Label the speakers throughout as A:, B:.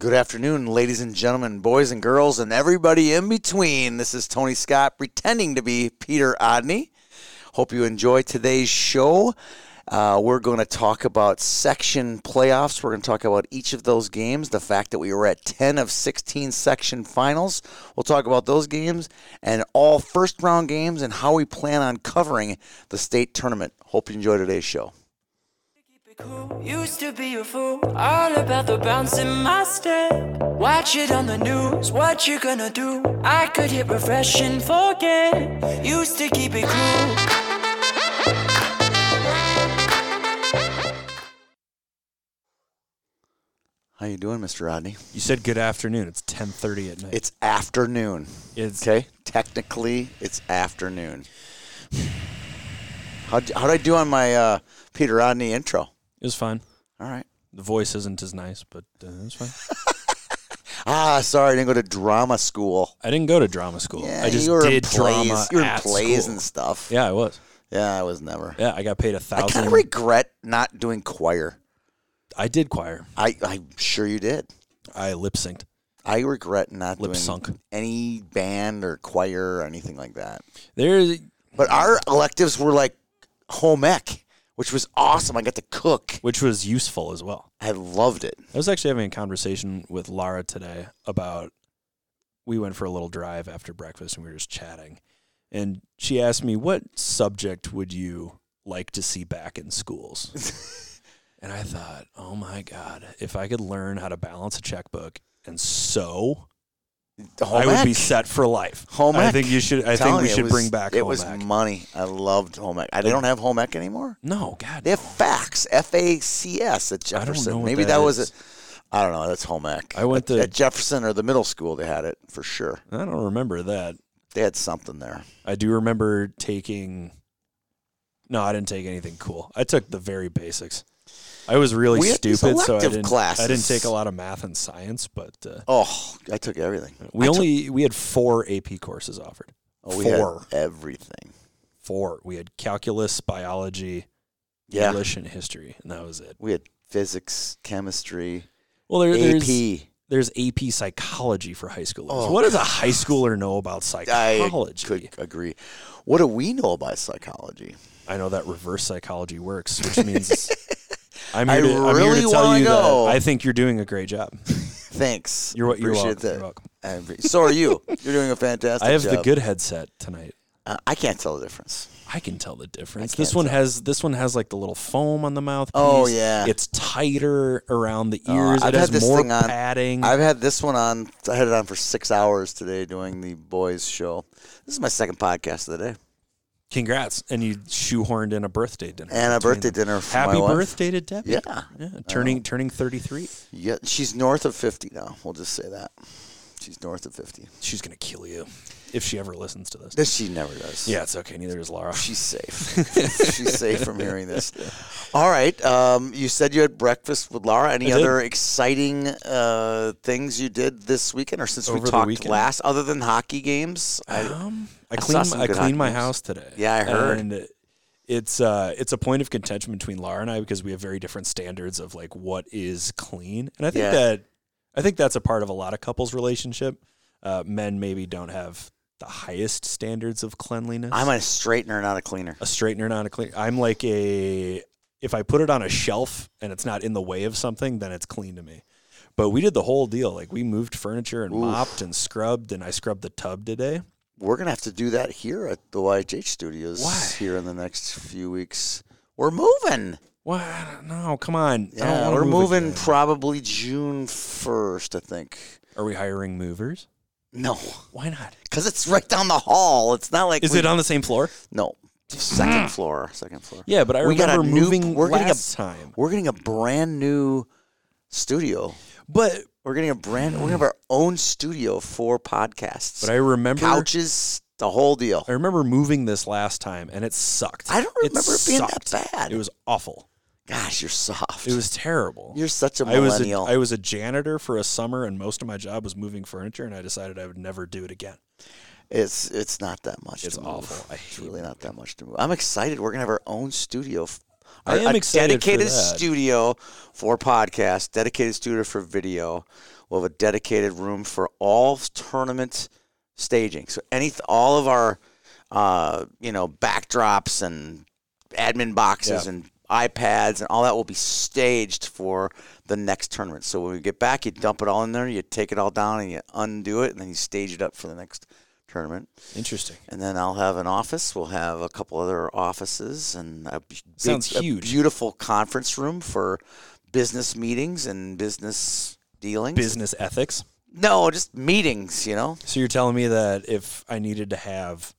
A: Good afternoon, ladies and gentlemen, boys and girls, and everybody in between. This is Tony Scott pretending to be Peter Odney. Hope you enjoy today's show. Uh, we're going to talk about section playoffs. We're going to talk about each of those games, the fact that we were at 10 of 16 section finals. We'll talk about those games and all first round games and how we plan on covering the state tournament. Hope you enjoy today's show.
B: Keep it cool. Used to be a fool, all about the bounce in my step. Watch it on the news, what you gonna do? I could hit refresh and forget. Used to keep it cool.
A: How you doing, Mr. Rodney?
C: You said good afternoon. It's 10:30 at night.
A: It's afternoon.
C: It's
A: Okay, technically it's afternoon. How how did I do on my uh, Peter Rodney intro?
C: It was fine.
A: All right.
C: The voice isn't as nice, but uh, it was fine.
A: Ah, sorry, I didn't go to drama school.
C: I didn't go to drama school.
A: Yeah,
C: I just
A: you were
C: did
A: in plays.
C: drama
A: You were in
C: at
A: plays
C: school.
A: and stuff.
C: Yeah, I was.
A: Yeah, I was never.
C: Yeah, I got paid a
A: I kind
C: thousand.
A: of regret not doing choir.
C: I did choir.
A: I I'm sure you did.
C: I lip synced.
A: I regret not
C: Lip
A: doing
C: sunk.
A: any band or choir or anything like that.
C: There's
A: But our electives were like home ec, which was awesome. I got to cook.
C: which was useful as well.
A: I loved it.
C: I was actually having a conversation with Lara today about we went for a little drive after breakfast and we were just chatting. And she asked me, What subject would you like to see back in schools? and I thought, Oh my God, if I could learn how to balance a checkbook and sew,
A: Home
C: I would be
A: ec.
C: set for life.
A: Home
C: I
A: ec.
C: think you should I think
A: Telling
C: we
A: you, it
C: should
A: was-
C: bring back
A: It
C: home
A: was
C: ec.
A: money. I loved home ec. I, they don't have home ec anymore.
C: no, God.
A: They have facs, F A C S at
C: I don't
A: Jefferson.
C: know what
A: Maybe
C: that
A: that, was
C: is.
A: it. I don't know. That's home ec.
C: I went
A: at,
C: to-
A: at Jefferson or the middle school. They had it for sure.
C: I don't remember that.
A: They had something there.
C: I do remember taking. No, I didn't take anything cool. I took the very basics. I was really
A: We had these
C: stupid, so I
A: elective
C: didn't. I
A: classes.
C: didn't take a lot of math and science, but uh,
A: Oh, I took everything.
C: we
A: I took-
C: only we had four AP courses offered.
A: oh, we had
C: four,
A: everything.
C: four. We had calculus, biology,
A: Yeah,
C: English, and history, and that was it.
A: we had physics, chemistry,
C: Well, there, there's
A: AP.
C: there's AP psychology for high schoolers.
A: Oh,
C: what does a high schooler know about
A: I
C: psychology?
A: could agree. What do we know about psychology?
C: I know that reverse psychology works, which means I'm
A: I
C: here to, I'm here
A: really
C: to
A: wanna
C: tell you
A: know.
C: that I think you're doing a great job.
A: Thanks.
C: You're, wel- you're,
A: Appreciate
C: welcome.
A: that.
C: you're welcome.
A: Every- so are you. You're doing a fantastic.
C: I have the
A: job.
C: good headset tonight.
A: Uh, I can't tell the difference.
C: I can tell the difference.
A: I
C: This
A: can't
C: one has this one has like the little foam on the mouthpiece.
A: Oh, yeah.
C: it's tighter around the
A: Oh,
C: ears.
A: I've
C: it
A: had
C: has
A: this
C: more
A: thing on-
C: padding.
A: I've had this one on. I had it on for six hours today doing the boys' show. This is my second podcast of the day
C: Congrats! And you shoehorned in a birthday dinner
A: and a
C: between
A: birthday
C: them.
A: dinner. For
C: Happy
A: my wife.
C: birthday to Debbie!
A: Yeah,
C: Yeah, turning turning 33.
A: yeah. She's north of fifty now. We'll just say that she's north of fifty.
C: She's gonna kill you if she ever listens to this.
A: This she never does.
C: Yeah, it's okay. Neither is Laura.
A: she's safe. she's safe from hearing this. All right. Um, you said you had breakfast with Laura. Any
C: I did.
A: other exciting uh, things you did this weekend or since
C: Over
A: we
C: the
A: talked
C: weekend?
A: last? Other than hockey games, I,
C: Um, I,
A: I saw
C: cleaned
A: some
C: I
A: good
C: cleaned my
A: hot news.
C: house today.
A: Yeah, I heard.
C: And it's uh it's a point of contention between Laura and I because we have very different standards of like what is clean, and I think
A: Yeah.
C: that I think that's a part of a lot of couples' relationship. Uh, men maybe don't have the highest standards of cleanliness.
A: I'm a straightener, not a cleaner.
C: a straightener, not a clean. I'm like a if I put it on a shelf and it's not in the way of something, then it's clean to me. But we did the whole deal. Like we moved furniture and
A: Oof.
C: mopped and scrubbed, and I scrubbed the tub today.
A: we're gonna have to do that here at the YHH studios
C: Why?
A: here in the next few weeks. We're moving.
C: What? No, come on. I don't
A: Yeah,
C: wanna
A: we're
C: move
A: moving
C: again.
A: probably June first, I think.
C: Are we hiring movers?
A: No,
C: Why not?
A: because it's right down the hall. It's not like
C: Is
A: we-
C: it on the same floor?
A: no second floor. Second floor.
C: Yeah, but I
A: We got a
C: remember
A: new-
C: moving
A: we're getting a-
C: last time.
A: We're getting a brand new studio.
C: But
A: We're getting a brand. We're gonna have our own studio for podcasts.
C: but I remember
A: Couches, the whole deal.
C: I remember moving this last time and it sucked.
A: I don't
C: It
A: remember it being that
C: sucked.
A: bad.
C: It was awful.
A: Gosh, you're soft.
C: It was terrible.
A: You're such a
C: I was a,
A: millennial.
C: I was a janitor for a summer and most of my job was moving furniture and I decided I would never do it again.
A: It's it's not that much.
C: It's
A: to move.
C: awful. I
A: it's
C: hate
A: really not that much to move. I'm excited. We're gonna have our own studio. f-
C: I
A: a-
C: am
A: a
C: excited for
A: Dedicated
C: that.
A: studio for podcast. Dedicated studio for video. We'll have a dedicated room for all tournament staging. So any all of our uh, you know backdrops and admin boxes
C: Yeah.
A: and iPads and all that will be staged for the next tournament. So when we get back, you dump it all in there, you take it all down, and you undo it, and then you stage it up for the next tournament.
C: Interesting.
A: And then I'll have an office. We'll have a couple other offices and a, b- big-
C: Sounds
A: a
C: huge.
A: beautiful conference room for business meetings and business dealings.
C: Business ethics.
A: No, just meetings, you know?
C: So you're telling me that if I needed to have,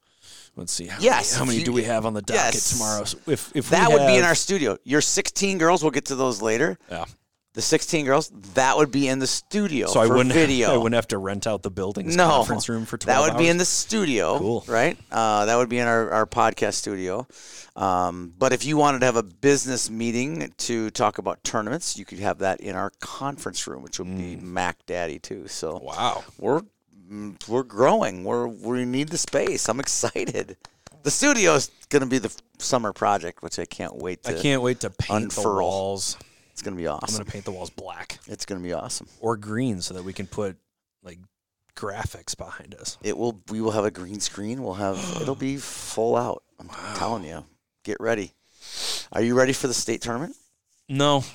C: let's see, how
A: Yes,
C: many, how
A: if
C: many
A: you-
C: do we have on the docket
A: yes.
C: tomorrow? So if if we
A: That would be in
C: have-
A: our studio. Your 16 girls, we'll get to those later.
C: yeah.
A: The 16 girls, that would be in the studio
C: so I
A: for
C: wouldn't
A: video.
C: I wouldn't have to rent out the building's
A: no
C: conference room for twelve
A: That would be
C: hours?
A: in the studio,
C: Cool.
A: right? Uh, that would be in our, our podcast studio. Um, but if you wanted to have a business meeting to talk about tournaments, you could have that in our conference room, which would be Mac Daddy too. So
C: Mm. wow.
A: we're mm, we're growing. We're we need the space. I'm excited. The studio is going to be the f- summer project, which I can't wait
C: I
A: to.
C: can't wait to paint
A: unfurl.
C: the walls.
A: It's going to be
C: I'm
A: awesome.
C: gonna paint the walls black
A: It's going to be awesome.
C: or green so that we can put like graphics behind us.
A: It will. We will have a green screen. We'll have. it'll be full out. I'm telling you. Get ready. Are you ready for the state tournament?
C: No,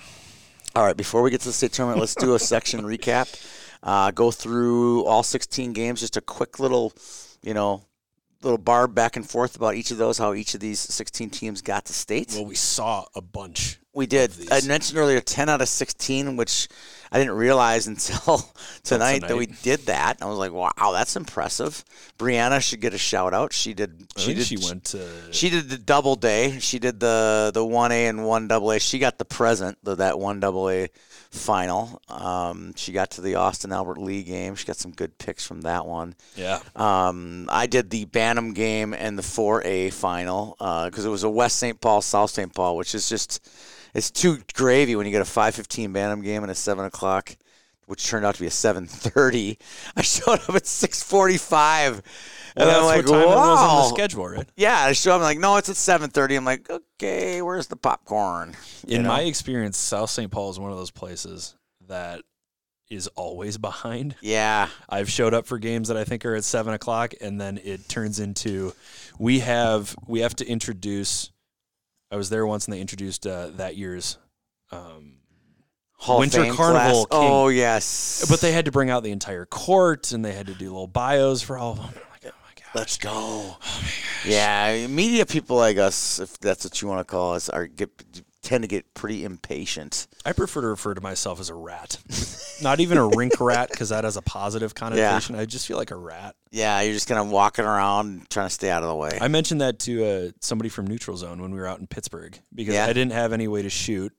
A: All right. Before we get to the state tournament, let's do a section recap. Uh, go through all 16 games. Just a quick little, you know, little barb back and forth about each of those. How each of these 16 teams got to state.
C: well we saw a bunch.
A: we did. I
C: these.
A: mentioned earlier 10 out of 16, which I didn't realize until tonight that we did that. I was like, wow, that's impressive. Brianna should get a shout out. She did.
C: I
A: She
C: think
A: did.
C: she went to
A: She did the double day. She did the the one A and one double A. She got the present the, that one double A final. Um, she got to the Austin Albert Lee game. She got some good picks from that one.
C: yeah.
A: Um, I did the Bantam game and the 4A final because it was a West St. Paul South St. Paul, which is just it's too gravy when you get a 5:15 Bantam game and a seven o'clock, which turned out to be a 7:30. I showed up at 6:45, and
C: Well,
A: I'm like,
C: that's what time it was on
A: wow.
C: the schedule, right?
A: Yeah, I show up. I'm like, no, it's at 7:30. I'm like, okay, where's the popcorn?
C: In my experience, South St. Paul is one of those places that is always behind.
A: Yeah,
C: I've showed up for games that I think are at seven o'clock, and then it turns into we have we have to introduce. I was there once, and they introduced uh, that year's, um,
A: Hall of
C: Winter
A: Fame
C: Carnival
A: class.
C: King.
A: Oh yes,
C: but they had to bring out the entire court, and they had to do little bios for all of them. I'm like, oh my god,
A: Let's go. yeah, media people like us, if that's what you want to call us, are get tend to get pretty impatient.
C: I prefer to refer to myself as a rat, not even a rink rat, because that has a positive connotation. I just feel like a rat.
A: Yeah, you're just kind of walking around trying to stay out of the way.
C: I mentioned that to uh, somebody from Neutral Zone when we were out in Pittsburgh because
A: Yeah.
C: I didn't have any way to shoot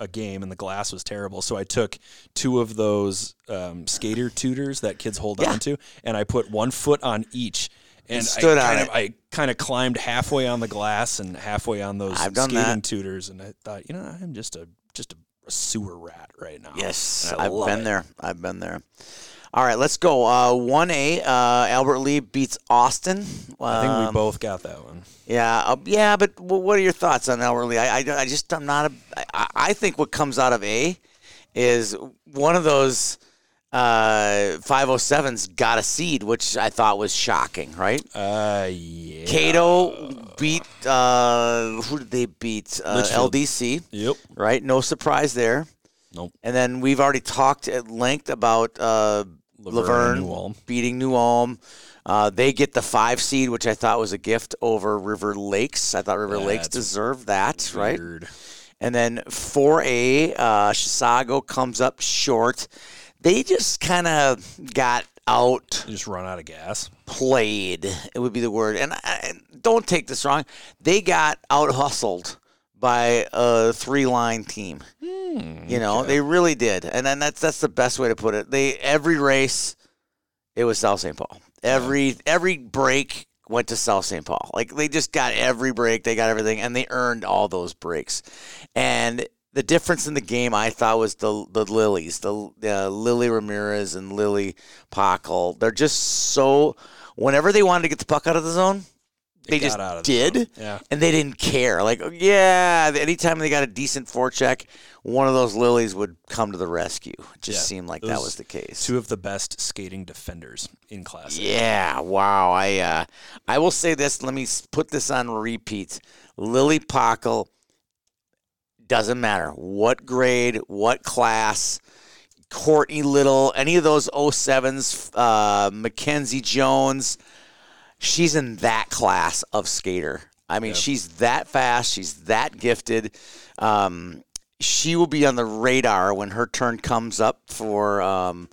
C: a game and the glass was terrible. So I took two of those um, skater tutors that kids hold
A: Yeah.
C: on to and I put one foot on each. And
A: stood
C: I
A: on
C: kind
A: it.
C: of I kind of climbed halfway on the glass and halfway on those
A: I've done
C: skating
A: that.
C: tutors, and I thought, you know, I'm just a just a sewer rat right now.
A: Yes,
C: And I
A: I've
C: love
A: been
C: it.
A: there. I've been there. All right, let's go. Uh, 1A, uh, Albert Lee beats Austin.
C: I think we
A: Um,
C: both got that one.
A: Yeah, uh, yeah, but w- what are your thoughts on Albert Lee? I, I, I just I'm not a. I- I, I think what comes out of A is one of those uh 507s got a seed, which I thought was shocking. Right,
C: Uh, yeah.
A: Cato beat uh who did they beat? Uh,
C: Litchfield.
A: LDC.
C: Yep.
A: Right, no surprise there.
C: Nope.
A: And then we've already talked at length about uh,
C: Laverne
A: Laverne,
C: and New Ulm.
A: beating New Ulm. Uh, they get the five seed, which I thought was a gift over River Lakes. I thought River Lakes
C: That's
A: deserved that, right?
C: Weird.
A: And then 4A, uh, Chisago comes up short. They just kind of got out
C: Just run out of gas.
A: played. It would be the word. And I, and don't take this wrong. They got out hustled by a three line team.
C: Mm,
A: you know, they really did. And then that's that's the best way to put it. They every race, it was South St. Paul. Every every break went to South St. Paul. Like they just got every break. They got everything, and they earned all those breaks. And the difference in the game, I thought, was the the lilies, the uh, Lily Ramirez and Lily Pockle. They're just so. Whenever they wanted to get the puck out of the zone, they just
C: got out of
A: did,
C: them. Yeah.
A: and they didn't care. Like, oh, yeah, anytime they got a decent forecheck, one of those lilies would come to the rescue. It just
C: Yeah.
A: seemed like
C: Those
A: that was the case.
C: Two of the best skating defenders in class.
A: Yeah, wow. I uh, I will say this. Let me s- put this on repeat. Lily Pockle doesn't matter what grade, what class. Courtney Little, any of those 07s, uh, Mackenzie Jones, she's in that class of skater. I mean, she's that fast. She's that gifted. Um, she will be on the radar when her turn comes up for um,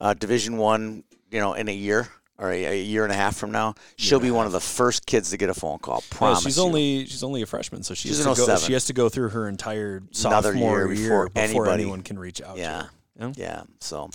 A: uh, Division One. You know, in a year or a, a year and a half from now, she'll be one of the first kids to get a phone call.
C: No,
A: Promise.
C: she's
A: you.
C: only she's only a freshman, so she
A: She's
C: has
A: an
C: to go,
A: 07.
C: she has to go through her entire
A: Another year
C: sophomore year
A: before
C: before,
A: anybody-
C: anyone can reach out.
A: Yeah.
C: to her. yeah.
A: Yeah. So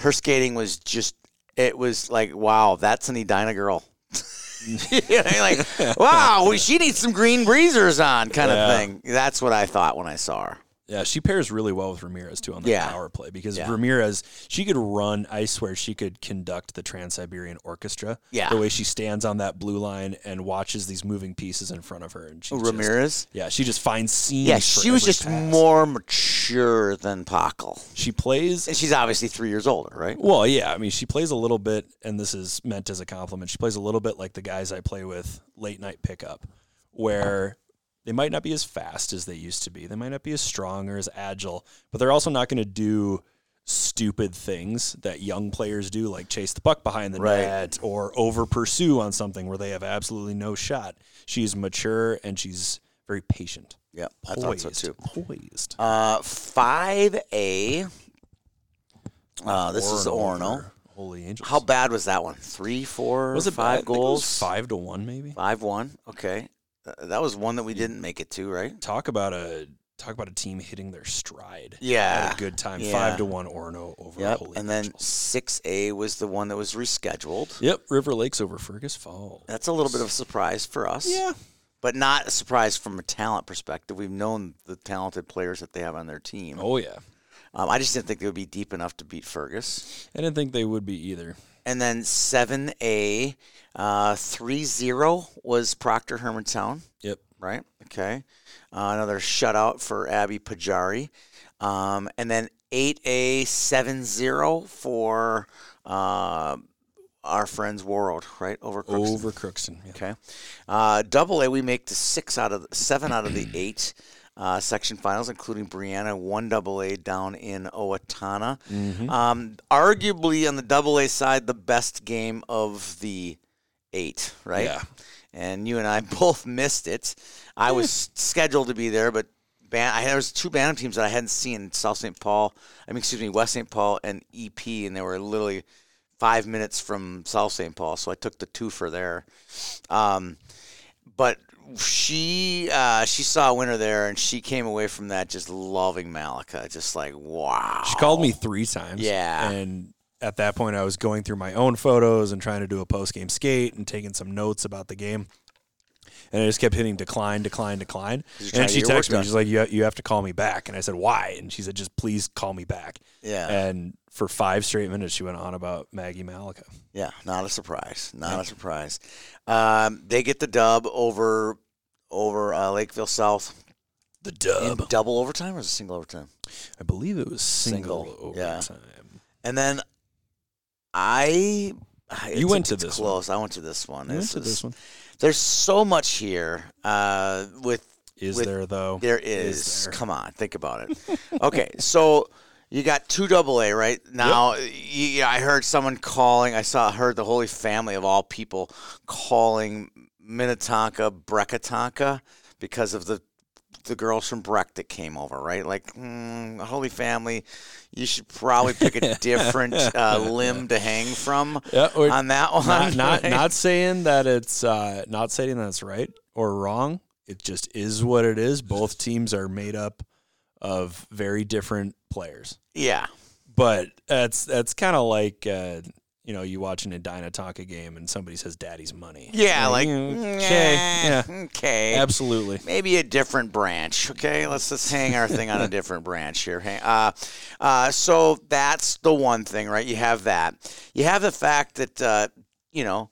A: her skating was just it was like, wow, that's an Edina girl. You know, like, wow, we, she needs some green breezers on kind
C: Yeah.
A: of thing. That's what I thought when I saw her.
C: Yeah, she pairs really well with Ramirez too on that
A: Yeah.
C: power play because
A: Yeah.
C: Ramirez, she could run. I swear, she could conduct the Trans Siberian Orchestra.
A: Yeah.
C: the way she stands on that blue line and watches these moving pieces in front of her, and she just-
A: Ramirez?
C: yeah, she just finds scenes.
A: Yeah,
C: for
A: she was
C: every
A: just
C: pass.
A: more mature than Pockle.
C: She plays
A: And she's obviously three years older, right?
C: Well, yeah, I mean, she plays a little bit, and this is meant as a compliment. She plays a little bit like the guys I play with late night pickup, where they might not be as fast as they used to be. They might not be as strong or as agile, but they're also not going to do stupid things that young players do, like chase the puck behind the
A: Right.
C: net or over pursue on something where they have absolutely no shot. She's mature and she's very patient.
A: Yeah, I
C: Poised,
A: thought so too.
C: Poised.
A: Uh, 5A. Uh, this is
C: Orno
A: Orno.
C: over Holy angels.
A: How bad was that one? Three, four,
C: was it bad? I
A: five
C: think it was
A: goals?
C: five to one, maybe.
A: Five one. Okay, Uh, that was one that we didn't make it to, right?
C: talk about a talk about a team hitting their stride.
A: Yeah.
C: Had a good time.
A: Yeah.
C: Five to one Orno over
A: Yep.
C: Holy
A: And then
C: Angels.
A: six A was the one that was rescheduled.
C: Yep, River Lakes over Fergus Falls.
A: That's a little bit of a surprise for us.
C: Yeah.
A: But not a surprise from a talent perspective. We've known the talented players that they have on their team.
C: Oh yeah.
A: Um, I just didn't think they would be deep enough to beat Fergus.
C: I didn't think they would be either.
A: And then 7A, uh, 3 0 was Proctor Hermantown.
C: Yep.
A: right? Okay. Uh, another shutout for Abby Pajari. Um, and then 8A 7 for uh, our friends World, right? Over Crookston.
C: Over Crookston. Yeah.
A: Okay. Uh, double A, we make the six out of the, seven out of the eight uh, section finals, including Brianna, one double A down in Owatonna.
C: Mm-hmm.
A: Um, arguably on the double A side, the best game of the eight, right?
C: Yeah.
A: And you and I both missed it. I was scheduled to be there, but ban- I, there was two Bantam teams that I hadn't seen: South St. Paul, I mean, excuse me, West St. Paul and EP, and they were literally five minutes from South St. Paul, so I took the two for there. Um, but she uh, she saw a winner there, and she came away from that just loving Malika, just like wow.
C: She called me three times.
A: Yeah.
C: And at that point, I was going through my own photos and trying to do a post game skate and taking some notes about the game. And I just kept hitting decline, decline, decline.
A: trying to
C: And she
A: get your work
C: texted me.
A: done.
C: She's like, you, you have to call me back. And I said, Why? And she said, Just please call me back.
A: Yeah.
C: And for five straight minutes, she went on about Maggie Malika.
A: Yeah, not a surprise. Not a surprise. Um, they get the dub over over uh, Lakeville South
C: The
A: in
C: dub.
A: double overtime or was it single overtime?
C: I believe it was single,
A: Single, yeah.
C: overtime.
A: And then I it's-
C: went to
A: it's
C: this one.
A: close. I went to this one.
C: You went
A: This
C: to
A: is-
C: this one.
A: There's so much here uh, with
C: Is
A: with-
C: there, though?
A: There is.
C: there?
A: Come on, think about it. okay, so you got two double A right now. You, I heard someone calling. I saw heard the Holy Family of all people calling Minnetonka Brecatonka because of the the girls from Breck that came over. Right, like mm, Holy Family. You should probably pick a different uh, limb to hang from
C: Yeah, or-
A: on that one.
C: not not,
A: right?
C: not saying that it's uh, not saying that it's right or wrong. It just is what it is. Both teams are made up of very different players,
A: yeah.
C: but that's that's kind of like uh, you know you watch an Edina Tonka game and somebody says "Daddy's money."
A: Yeah, like
C: mm,
A: okay,
C: okay, yeah,
A: okay,
C: absolutely.
A: maybe a different branch. Okay, let's just hang our thing on a different branch here. Hang, uh, uh, so that's the one thing, right? You have that. You have the fact that uh, you know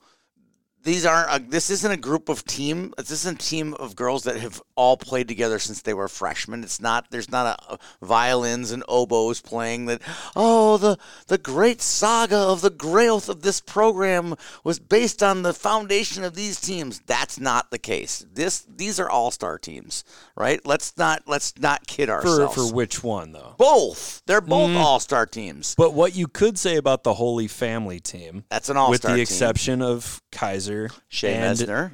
A: these aren't. A, this isn't a group of team. This isn't a team of girls that have all played together since they were freshmen. It's not. There's not a, a violins and oboes playing. That oh the the great saga of the growth of this program was based on the foundation of these teams. That's not the case. This these are all star teams, right? Let's not let's not kid
C: For,
A: ourselves.
C: for which one, though?
A: both they're both all star teams.
C: But what you could say about the Holy Family team,
A: That's an all
C: with
A: star
C: the
A: team.
C: exception of Kaiser
A: Shea
C: and
A: Messner.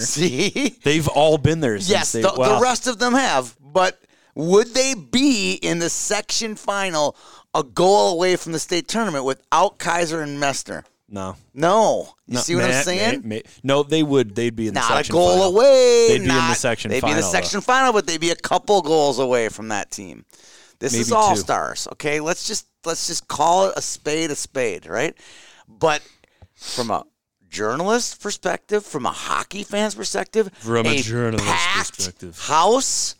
A: See.
C: they've all been there since
A: Yes,
C: they.
A: the,
C: wow.
A: the rest of them have, but would they be in the section final a goal away from the state tournament without Kaiser and Messner?
C: no,
A: No. You
C: No,
A: see what
C: may-
A: I'm
C: may-
A: saying?
C: may- no, they would. They'd be in the
A: Not a
C: section
A: goal
C: final.
A: away.
C: They'd be in the
A: not-
C: section
A: They'd be in the
C: final,
A: section final, but they'd be a couple goals away from that team. This
C: Maybe
A: is
C: two.
A: all stars, okay? Let's just let's just call it a spade a spade, right? But from a journalist perspective, from a hockey fan's perspective,
C: From a journalist
A: packed
C: perspective.
A: house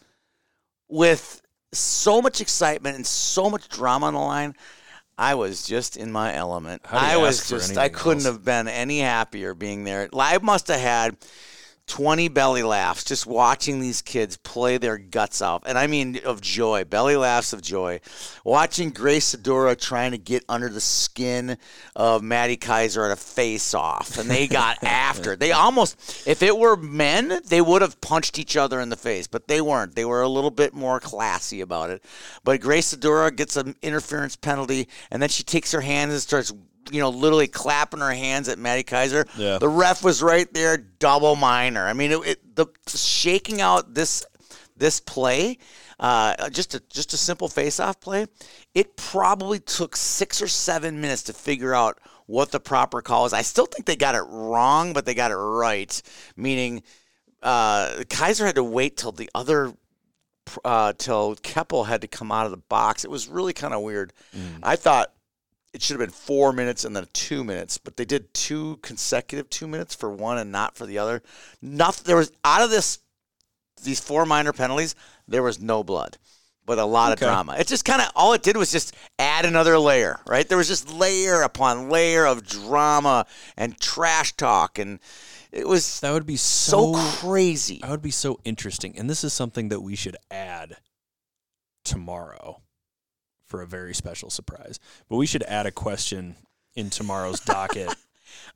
A: with so much excitement and so much drama on the line. I was just in my element.
C: How do you
A: I was
C: ask for
A: just I
C: anything
A: couldn't
C: else?
A: have been any happier being there. I must have had 20 belly laughs just watching these kids play their guts out. And I mean, of joy, belly laughs of joy. Watching Grace Sedora trying to get under the skin of Maddie Kaiser at a face off. And they got after it. They almost, if it were men, they would have punched each other in the face, but they weren't. They were a little bit more classy about it. But Grace Sedora gets an interference penalty, and then she takes her hands and starts. You know, literally clapping her hands at Maddie Kaiser.
C: Yeah.
A: The ref was right there, double minor. I mean, it, it, the shaking out this this play, uh, just a just a simple face off play, it probably took six or seven minutes to figure out what the proper call is. I still think they got it wrong, but they got it right, meaning uh, Kaiser had to wait till the other uh, till Keppel had to come out of the box. It was really kind of weird. I thought it should have been four minutes and then two minutes, but they did two consecutive two minutes for one and not for the other. Nothing. There was out of this these four minor penalties, there was no blood, but a lot
C: Okay.
A: of drama. It just kind of all it did was just add another layer, right? There was just layer upon layer of drama and trash talk, and it was
C: That would be
A: so
C: so. uh,
A: crazy.
C: that would be so interesting, and this is something that we should add tomorrow for a very special surprise. But we should add a question in tomorro's docket.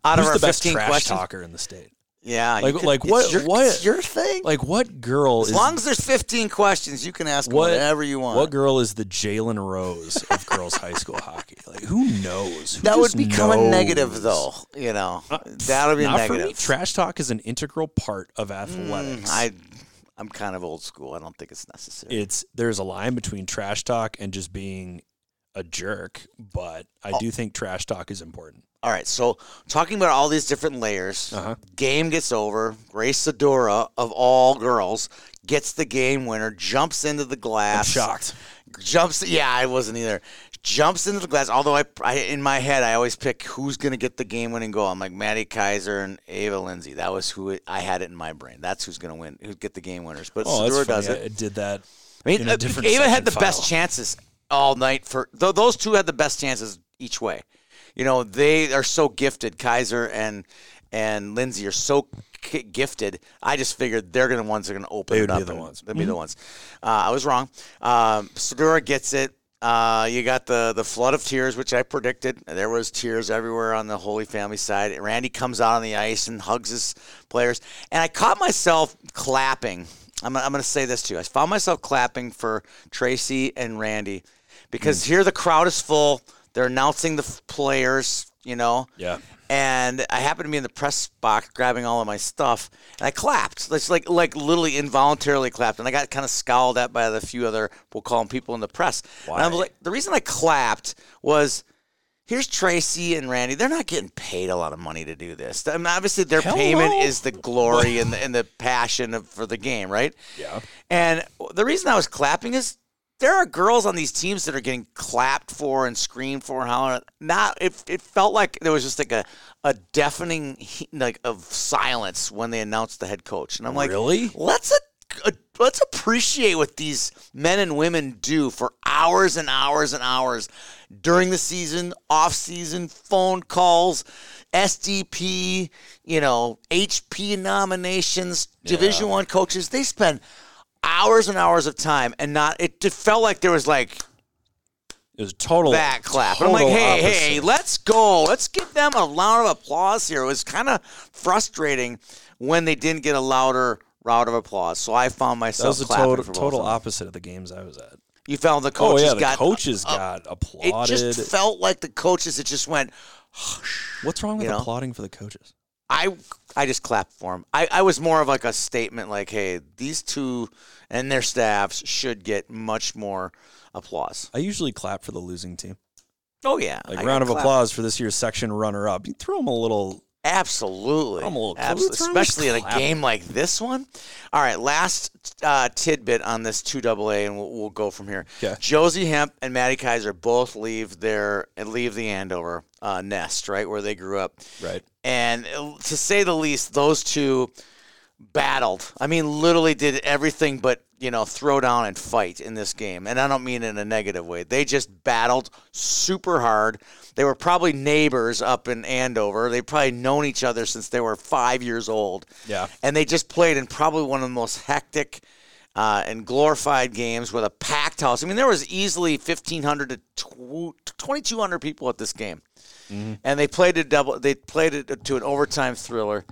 A: Out
C: Who's
A: of our
C: the best
A: 15
C: trash
A: questions,
C: talker in the state?
A: Yeah, you
C: Like- like
A: it's
C: what-
A: your,
C: what-
A: it's your thing?
C: Like what girl
A: as
C: is
A: long as there's 15 questions, you can ask
C: What-
A: whatever you want.
C: what girl is the Jalen Rose of girls high school hockey? Like who knows? Who
A: that would
C: just
A: become a negative,
C: knows?
A: though. You know,
C: Uh,
A: that would be
C: not For me.
A: negative.
C: Trash talk is an integral part of
A: Mm,
C: athletics.
A: I, I'm kind of old school. I don't think it's necessary.
C: it's there's a line between trash talk and just being a jerk, but I
A: Oh.
C: do think trash talk is important.
A: all right, so talking about all these different layers,
C: Uh-huh.
A: game gets over. Grace Sedora, of all girls, gets the game winner, jumps into the
C: I'm
A: glass.
C: shocked.
A: jumps. Yeah, I wasn't either. Jumps into the glass. Although I, I in my head, I always pick who's gonna get the game-winning goal. I'm like Maddie Kaiser and Ava Lindsay. That was who it, I had it in my brain. That's who's gonna win. Who'd get the game winners? But
C: Oh, that's
A: Sedora
C: funny.
A: does it.
C: I did that.
A: I mean,
C: in a
A: uh,
C: different
A: Ava had
C: section
A: the best
C: file.
A: chances all night for th- those two had the best chances each way. You know, they are so gifted. Kaiser and and Lindsay are so k- gifted. I just figured they're gonna ones that are gonna open.
C: They
A: it
C: would be
A: up
C: the
A: and
C: ones.
A: They'd be the ones. Uh, I was wrong. Um, Sedura gets it. Uh, you got the the flood of tears, which I predicted. There was tears everywhere on the Holy Family side. Randy comes out on the ice and hugs his players, and I caught myself clapping. I'm, I'm going to say this too. I found myself clapping for Tracy and Randy because here the crowd is full. They're announcing the f- players, you know.
C: Yeah.
A: And I happened to be in the press box grabbing all of my stuff, and I clapped. It's like like literally involuntarily clapped, and I got kind of scowled at by the few other we'll call them people in the press. And I was
C: Why?
A: like, the reason I clapped was. Here's Tracy and Randy. They're not getting paid a lot of money to do this. I mean, obviously, their
C: Hell
A: payment
C: no.
A: is the glory and the, and the passion of, for the game, right?
C: Yeah.
A: And the reason I was clapping is there are girls on these teams that are getting clapped for and screamed for. and How not? It, it felt like there was just like a, a deafening he- like of silence when they announced the head coach, and I'm like,
C: Really?
A: Let's uh, uh, let's appreciate what these men and women do for hours and hours and hours during the season, off season, phone calls, SDP, you know, HP nominations, Division One coaches. They spend hours and hours of time and not. It just felt like there was like
C: It was total
A: that clap. And I'm like,
C: total
A: hey,
C: opposite.
A: hey, let's go. Let's give them a round of applause here. It was kind of frustrating when they didn't get a louder round of applause. So I found
C: That
A: myself
C: was the
A: clapping
C: total,
A: for both
C: total
A: of them.
C: opposite of the games I was at.
A: You found the
C: Oh
A: coaches
C: yeah, the
A: got
C: coaches
A: uh,
C: got
A: It
C: applauded.
A: just felt like the coaches. It just went.
C: What's wrong with
A: you know?
C: applauding for the coaches?
A: I I just clapped for them. I, I was more of like a statement, like, hey, these two and their staffs should get much more applause.
C: I usually clap for the losing team.
A: Oh yeah,
C: Like
A: I
C: round of
A: clapped.
C: applause for this year's section runner up. You throw them a little
A: Absolutely.
C: I'm a little-
A: Absolutely.
C: what's wrong with
A: Especially in a
C: clapping?
A: game like this one. All right, last uh, tidbit on this 2AA, and we'll, we'll go from here.
C: Okay.
A: Josie Hemp and Maddie Kaiser both leave their leave the Andover uh, nest, right, where they grew up.
C: right.
A: And uh, to say the least, those two battled. I mean, literally did everything but, you know, throw down and fight in this game. And I don't mean in a negative way. They just battled super hard. They were probably neighbors up in Andover. They probably known each other since they were five years old.
C: Yeah.
A: And they just played in probably one of the most hectic uh, and glorified games with a packed house. I mean, there was easily 1,500 to tw- 2,200 people at this game and they played a double. They played it to an overtime thriller,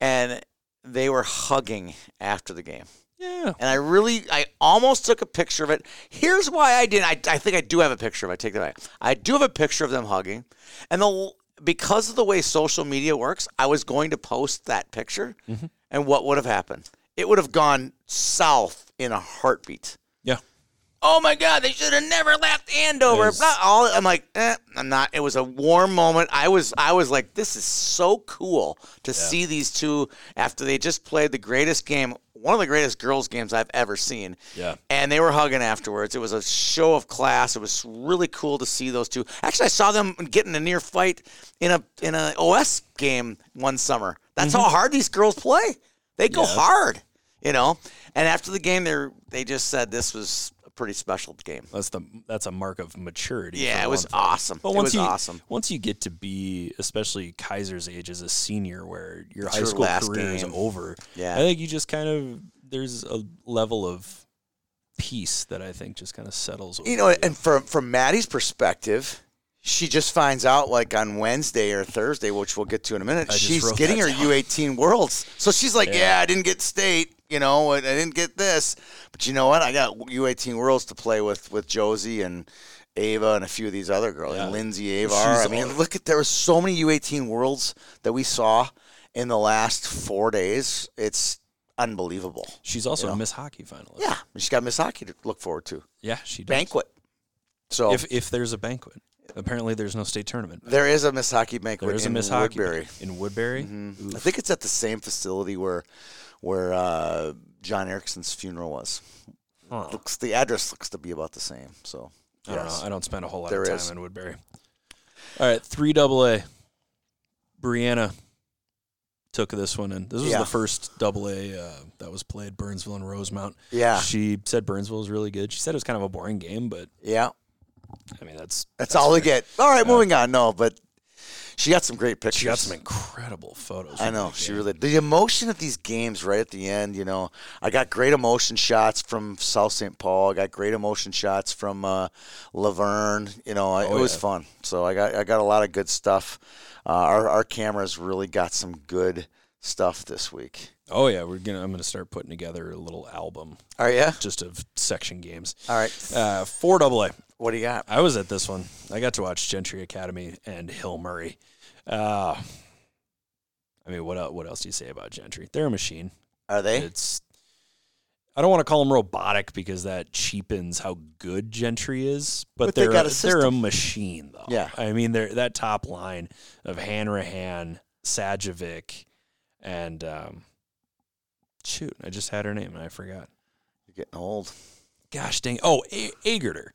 A: and they were hugging after the game.
C: Yeah.
A: And I really, I almost took a picture of it. Here's why I didn't. I, I think I do have a picture of it. I take that back. I do have a picture of them hugging, and the because of the way social media works, I was going to post that picture, and what would have happened? It would have gone south in a heartbeat
C: Yeah.
A: oh my god, they should have never left Andover.
C: Yes.
A: Not all. I'm like, eh, I'm not. It was a warm moment. I was, I was like, this is so cool to see these two after they just played the greatest game, one of the greatest girls games I've ever seen.
C: Yeah.
A: And they were hugging afterwards. It was a show of class. It was really cool to see those two. Actually, I saw them getting a near fight in a in a OS game one summer. That's how
C: Mm-hmm.
A: hard these girls play. They go hard, you know. And after the game, they are they just said this was a pretty special game.
C: That's the that's a mark of maturity.
A: Yeah,
C: for
A: it
C: one
A: was
C: thing.
A: awesome.
C: But
A: it
C: once
A: was
C: you
A: awesome.
C: once you get to be especially Kaiser's age as a senior, where your high
A: your
C: school
A: last
C: career is
A: game.
C: over,
A: Yeah.
C: I think you just kind of there's a level of peace that I think just kind of settles.
A: you
C: over
A: know, and from from Maddie's perspective, she just finds out like on Wednesday or Thursday, which we'll get to in a minute.
C: just
A: She's
C: wrote
A: getting
C: that
A: her U eighteen worlds, so she's like, yeah.
C: Yeah.
A: I didn't get state, you know, and I didn't get this, but you know what? I got U eighteen worlds to play with with Josie and." Ava and a few of these other girls, and Lindsay Avar. I
C: She's
A: mean,
C: all-
A: look at there were so many U eighteen worlds that we saw in the last four days. It's unbelievable.
C: She's also a Miss Hockey finalist.
A: Yeah, she's got Miss Hockey to look forward to.
C: yeah, she does.
A: Banquet. So
C: If if there's a banquet, apparently there's no state tournament.
A: There is a Miss Hockey banquet
C: There is a
A: in
C: Miss Hockey
A: Woodbury. Mm-hmm.
C: in Woodbury. Ooh,
A: I think it's at the same facility where where uh, John Erickson's funeral was.
C: huh.
A: Looks the address looks to be about the same. So
C: I don't know.
A: yes.
C: I don't spend a whole lot
A: There
C: of time
A: is.
C: in Woodbury. All right, three double A. Brianna took this one, and this was
A: Yeah.
C: the first double A uh, that was played Burnsville and Rosemount.
A: yeah,
C: She said Burnsville was really good. She said it was kind of a boring game, but
A: yeah.
C: I mean that's
A: That's, all we get. All right, moving on. No, but she got some great pictures.
C: She got some incredible photos.
A: I
C: from
A: know
C: that
A: she
C: game.
A: really the emotion of these games right at the end. You know, I got great emotion shots from South St. Paul. I got great emotion shots from uh, Laverne. You know, I,
C: Oh,
A: it was
C: yeah.
A: fun. So I got I got a lot of good stuff. Uh, our our cameras really got some good stuff this week.
C: Oh yeah, we're gonna. I'm gonna start putting together a little album
A: Are you
C: just of section games.
A: all right?
C: Uh, four double A.
A: What do you got?
C: I was at this one. I got to watch Gentry Academy and Hill Murray. Uh, I mean, what el- what else do you say about Gentry? They're a machine.
A: Are they?
C: It's I don't want to call them robotic because that cheapens how good Gentry is, but,
A: But they
C: they're
A: got
C: a,
A: a
C: they're a machine though.
A: Yeah.
C: I mean, they're that top line of Hanrahan, Sajovic, and um, shoot, I just had her name and I forgot.
A: You're getting old.
C: Gosh dang! Oh, a- Agerter,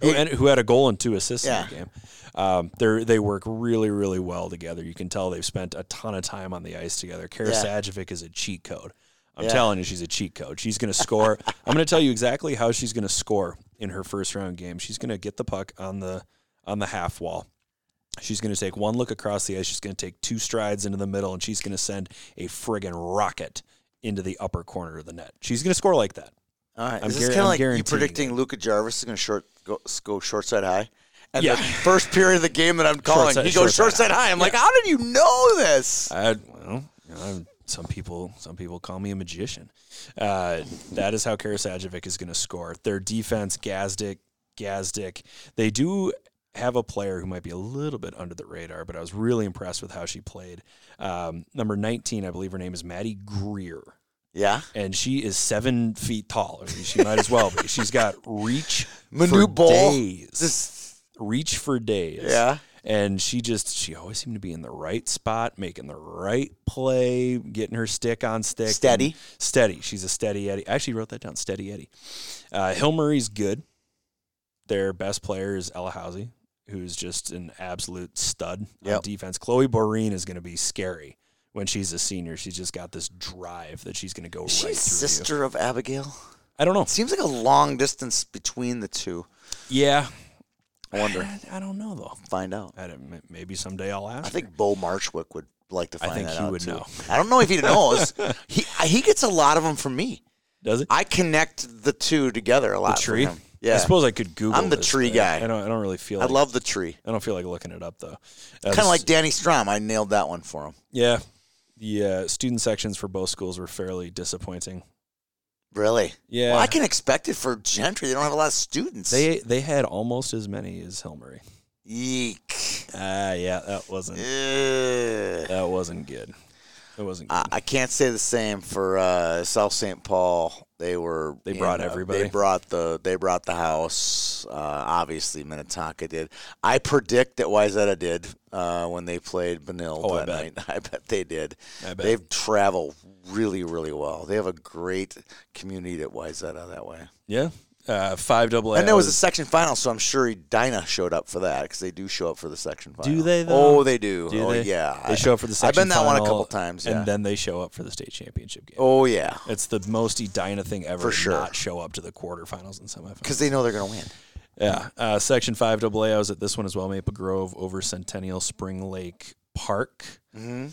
C: who, and, who had a goal and two assists in the game. Um, they they work really really well together. You can tell they've spent a ton of time on the ice together. Kara
A: Yeah.
C: Sajovic is a cheat code. I'm
A: Yeah.
C: telling you, she's a cheat code. She's going to score. I'm going to tell you exactly how she's going to score in her first round game. She's going to get the puck on the on the half wall. She's going to take one look across the ice. She's going to take two strides into the middle, and she's going to send a friggin' rocket into the upper corner of the net. She's going to score like that.
A: All right.
C: I'm
A: is this
C: guar-
A: kind of
C: I'm
A: like you
C: guaranteeing
A: predicting Luca Jarvis is going to short go, go short side high? And
C: Yeah.
A: the first period of the game that I'm calling,
C: side-
A: he goes short
C: short
A: side
C: side
A: high. I'm like, how did you know this?
C: I well, you know, I'm- some people some people call me a magician. Uh, that is how Karasajovic is going to score. Their defense, Gazdic, Gazdic, they do have a player who might be a little bit under the radar, but I was really impressed with how she played. Um, number 19, I believe her name is Maddie Greer,
A: Yeah.
C: and she is seven feet tall. I mean, she might as well be. She's got reach
A: Manu
C: for
A: ball.
C: days
A: This-
C: reach for days.
A: Yeah.
C: And she just she always seemed to be in the right spot, making the right play, getting her stick on stick.
A: Steady.
C: and- Steady. She's a steady Eddie. I actually wrote that down. Steady Eddie. Uh, Hill Murray's good. Their best player is Ella Housey, who's just an absolute stud
A: Yep.
C: on defense. Chloe Boreen is going to be scary when she's a senior. She's just got this drive that she's going to go
A: Is she
C: right through you.
A: sister of Abigail?
C: I don't know.
A: Seems like a long distance between the two.
C: Yeah.
A: I wonder.
C: I don't know though.
A: Find out.
C: I don't, maybe someday I'll ask.
A: I think Bo Marchwick would like to
C: I
A: find
C: think
A: that
C: he
A: out
C: would
A: too.
C: know.
A: I don't know if he knows. he he gets a lot of them from me.
C: does it?
A: I connect the two together a lot.
C: the tree.
A: From him. Yeah.
C: I suppose I could Google.
A: I'm the
C: this,
A: tree
C: but
A: guy.
C: I don't. I don't really feel.
A: I
C: Like,
A: love the tree.
C: I don't feel like looking it up though. Uh,
A: Kind of like Danny Strom. I nailed that one for him.
C: yeah. The uh, student sections for both schools were fairly disappointing.
A: Really?
C: Yeah.
A: Well, I can expect it for Gentry. They don't have a lot of students.
C: They they had almost as many as Hillary.
A: Eek.
C: Ah, yeah, that wasn't
A: Ugh.
C: that wasn't good. It wasn't. Good.
A: I, I can't say the same for uh, South St. Paul. They were
C: They
A: you
C: brought
A: They
C: everybody.
A: brought the they brought the house. Uh, obviously, Minnetonka did. I predict that Wayzata did uh, when they played Benil
C: Oh, I
A: that
C: bet.
A: night. I bet they did.
C: I bet.
A: They've traveled really really well. They have a great community at Wayzata that way.
C: yeah. Uh, five double A.
A: And there was a
C: was-
A: section final, so I'm sure Dinah showed up for that because they do show up for the section final.
C: Do they, though?
A: Oh, they do.
C: do
A: oh,
C: they?
A: yeah.
C: They show up for the
A: I've
C: section
A: been that one a
C: final,
A: couple times. Yeah.
C: and then they show up for the state championship game.
A: oh, yeah.
C: It's the most Edina thing ever.
A: For
C: to
A: sure.
C: not show up to the quarterfinals and semifinals.
A: Because they know they're going to win.
C: Yeah. Uh, Section 5 AA, I was at this one as well Maple Grove over Centennial Spring Lake Park.
A: Mm-hmm.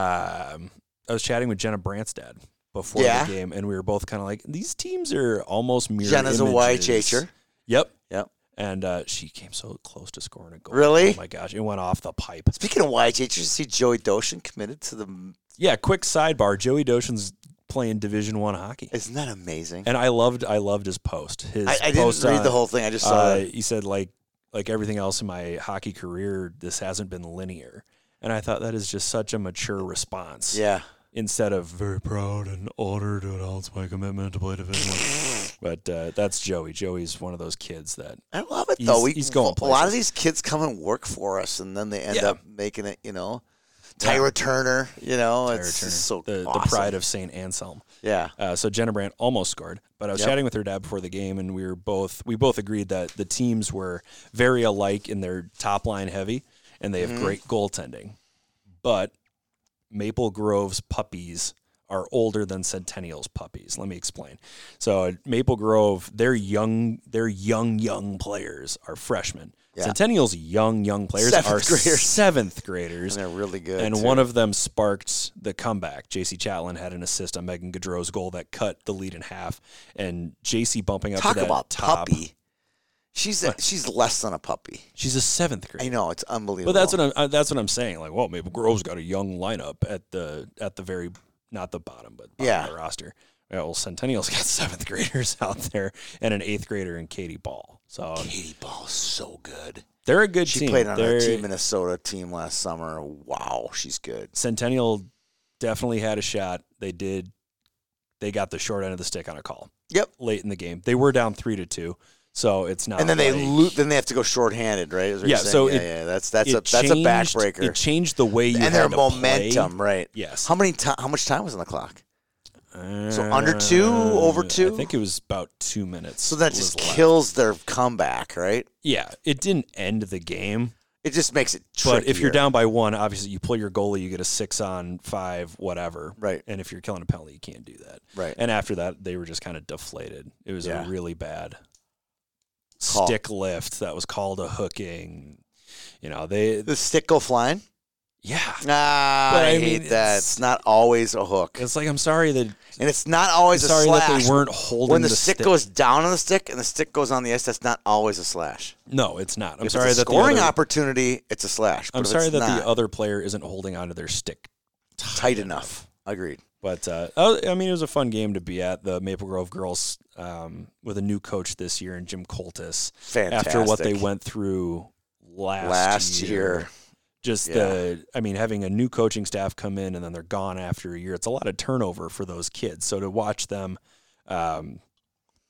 C: Um, I was chatting with Jenna Branstad before
A: Yeah.
C: the game, and we were both kind of like, these teams are almost mirror
A: Jenna's a
C: images.
A: YHHer.
C: Yep.
A: Yep.
C: And uh, she came so close to scoring a goal.
A: Really?
C: Oh my gosh. It went off the pipe.
A: Speaking of YHH, did you see Joey Doshin committed to the.
C: Yeah. Quick sidebar Joey Doshin's playing Division One hockey.
A: Isn't that amazing?
C: And I loved I loved his post. His
A: I, I didn't
C: post
A: read
C: on-
A: the whole thing. I just saw
C: uh,
A: that.
C: he said like like everything else in my hockey career this hasn't been linear and i thought that is just such a mature response
A: Yeah.
C: instead of very proud and honored to announce my commitment to play division One." but uh, that's joey joey's one of those kids that
A: I love it,
C: He's-
A: though. We,
C: he's going
A: a lot of these kids come and work for us, and then they end
C: Yeah.
A: up making it, you know. Tyra Turner, you know, it's
C: Turner,
A: just so
C: the,
A: awesome.
C: the pride of st anselm
A: Yeah.
C: Uh, so Jenna Brandt almost scored, but I was
A: Yep.
C: chatting with her dad before the game, and we were both we both agreed that the teams were very alike in their top line heavy, and they have
A: Mm-hmm.
C: great goaltending. But Maple Grove's puppies are older than Centennial's puppies. Let me explain. So at Maple Grove, their young their young young players are freshmen.
A: Yeah.
C: Centennial's young young players
A: Seventh
C: are
A: graders.
C: seventh graders
A: And they're really good.
C: and
A: too.
C: one of them sparked the comeback. J.C. Chatlin had an assist on Megan Gaudreau's goal that cut the lead in half, and J.C. bumping up
A: Talk
C: to that
A: about
C: top.
A: puppy. She's a, she's less than a puppy.
C: She's a seventh
A: I
C: grader.
A: know it's unbelievable.
C: But that's what I'm uh, that's what I'm saying. Like, well, Maple Grove's got a young lineup at the at the very not the bottom, but bottom
A: Yeah.
C: of the roster. Yeah, well, Centennial's got seventh graders out there and an eighth grader in Katie Ball. So
A: Katie Ball is so good.
C: they're a good
A: She
C: team.
A: played on
C: They're-
A: our Team Minnesota team last summer. Wow, she's good.
C: Centennial definitely had a shot. They did. They got the short end of the stick on a call.
A: Yep.
C: late in the game. They were down three to two, so it's not.
A: And then they
C: like-
A: loot. Then they have to go shorthanded, right? Is what you're
C: Yeah,
A: saying?
C: so
A: yeah,
C: it-
A: yeah, that's that's
C: it
A: a that's a
C: changed- It
A: backbreaker.
C: changed the way you
A: And their
C: had to play.
A: momentum, right?
C: Yes.
A: How many time? How much time was on the clock? So under
C: Uh,
A: two, over two?
C: I think it was about two minutes.
A: So that
C: was
A: just
C: left.
A: kills their comeback, right?
C: Yeah, it didn't end the game.
A: It just makes it trickier.
C: But if you're down by one, obviously you pull your goalie, you get a six on five, whatever.
A: Right.
C: And if you're killing a penalty, you can't do that.
A: Right.
C: And after that, they were just kind of deflated. It was
A: Yeah.
C: a really bad
A: Call.
C: stick lift that was called a hooking. You know, they,
A: the stick go flying?
C: yeah.
A: Ah,
C: But
A: I,
C: I
A: hate
C: mean,
A: that.
C: it's-
A: It's not always a hook,
C: It's like, I'm sorry that,
A: and it's not always a
C: sorry that
A: slash.
C: they weren't holding
A: when the,
C: the
A: stick,
C: stick.
A: goes down on the stick and the stick goes on the ice, that's not always a slash.
C: No, it's not. I'm
A: if
C: sorry
A: it's a
C: that
A: scoring
C: the other,
A: opportunity, it's a slash. But
C: I'm
A: if
C: sorry
A: it's
C: that
A: not,
C: the other player isn't holding onto their stick
A: tight enough. Agreed.
C: But uh, I I mean, it was a fun game to be at. The Maple Grove girls um, with a new coach this year and Jim Coltis.
A: Fantastic.
C: After what they went through last
A: Last year.
C: just the I mean, having a new coaching staff come in and then they're gone after a year. It's a lot of turnover for those kids. So to watch them um,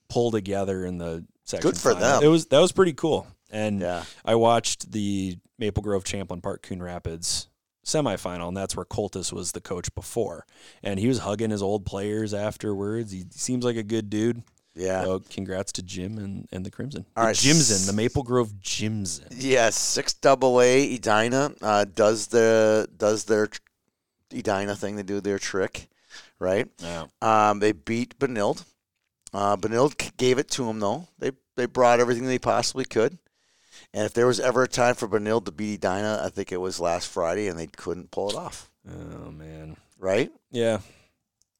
C: pull together in the section
A: Good for
C: final,
A: them.
C: It was that was pretty cool. And
A: Yeah.
C: I watched the Maple Grove Champlain Park Coon Rapids semifinal, and that's where Coltis was the coach before. And he was hugging his old players afterwards. He seems like a good dude.
A: Yeah.
C: So congrats to Jim and, and the Crimson.
A: All
C: the
A: right.
C: Jimson, the Maple Grove Jimson.
A: Yes, six double A Edina uh, does the does their tr- Edina thing. They do their trick, right?
C: Yeah.
A: Um, they beat Benilde. Uh, Benilde c- gave it to them though. They they brought everything they possibly could. And if there was ever a time for Benilde to beat Edina, I think it was last Friday, and they couldn't pull it off,
C: Oh man.
A: right?
C: Yeah.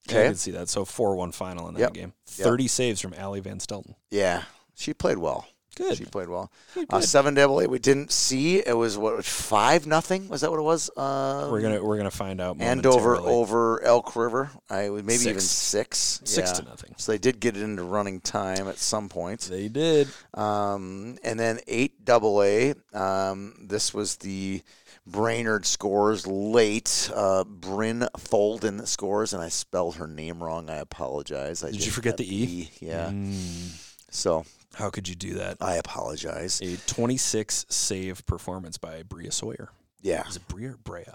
C: Yeah, I
A: Okay.
C: could see that. So four one final in that
A: Yep.
C: game.
A: Yep.
C: Thirty saves from Allie Van Stelton.
A: Yeah, she played well.
C: Good.
A: She played well.
C: Good,
A: Uh,
C: good.
A: seven double A. We didn't see. It was what five nothing. Was that what it was? Uh,
C: we're gonna we're gonna find out.
A: Andover
C: momentarily.
A: over Elk River. I would maybe even six.
C: six
A: Yeah.
C: to nothing.
A: So they did get it into running time at some point.
C: They did.
A: Um, and then eight double A. Um, this was the Brainerd scores late. Uh, Bryn Folden scores, and I spelled her name wrong. I apologize. I
C: Did you
A: just
C: forget
A: had
C: the E?
A: Yeah.
C: Mm,
A: So
C: how could you do that?
A: Uh, I apologize.
C: A twenty six save performance by Bria Sawyer.
A: Yeah.
C: Is it Bria or Brea?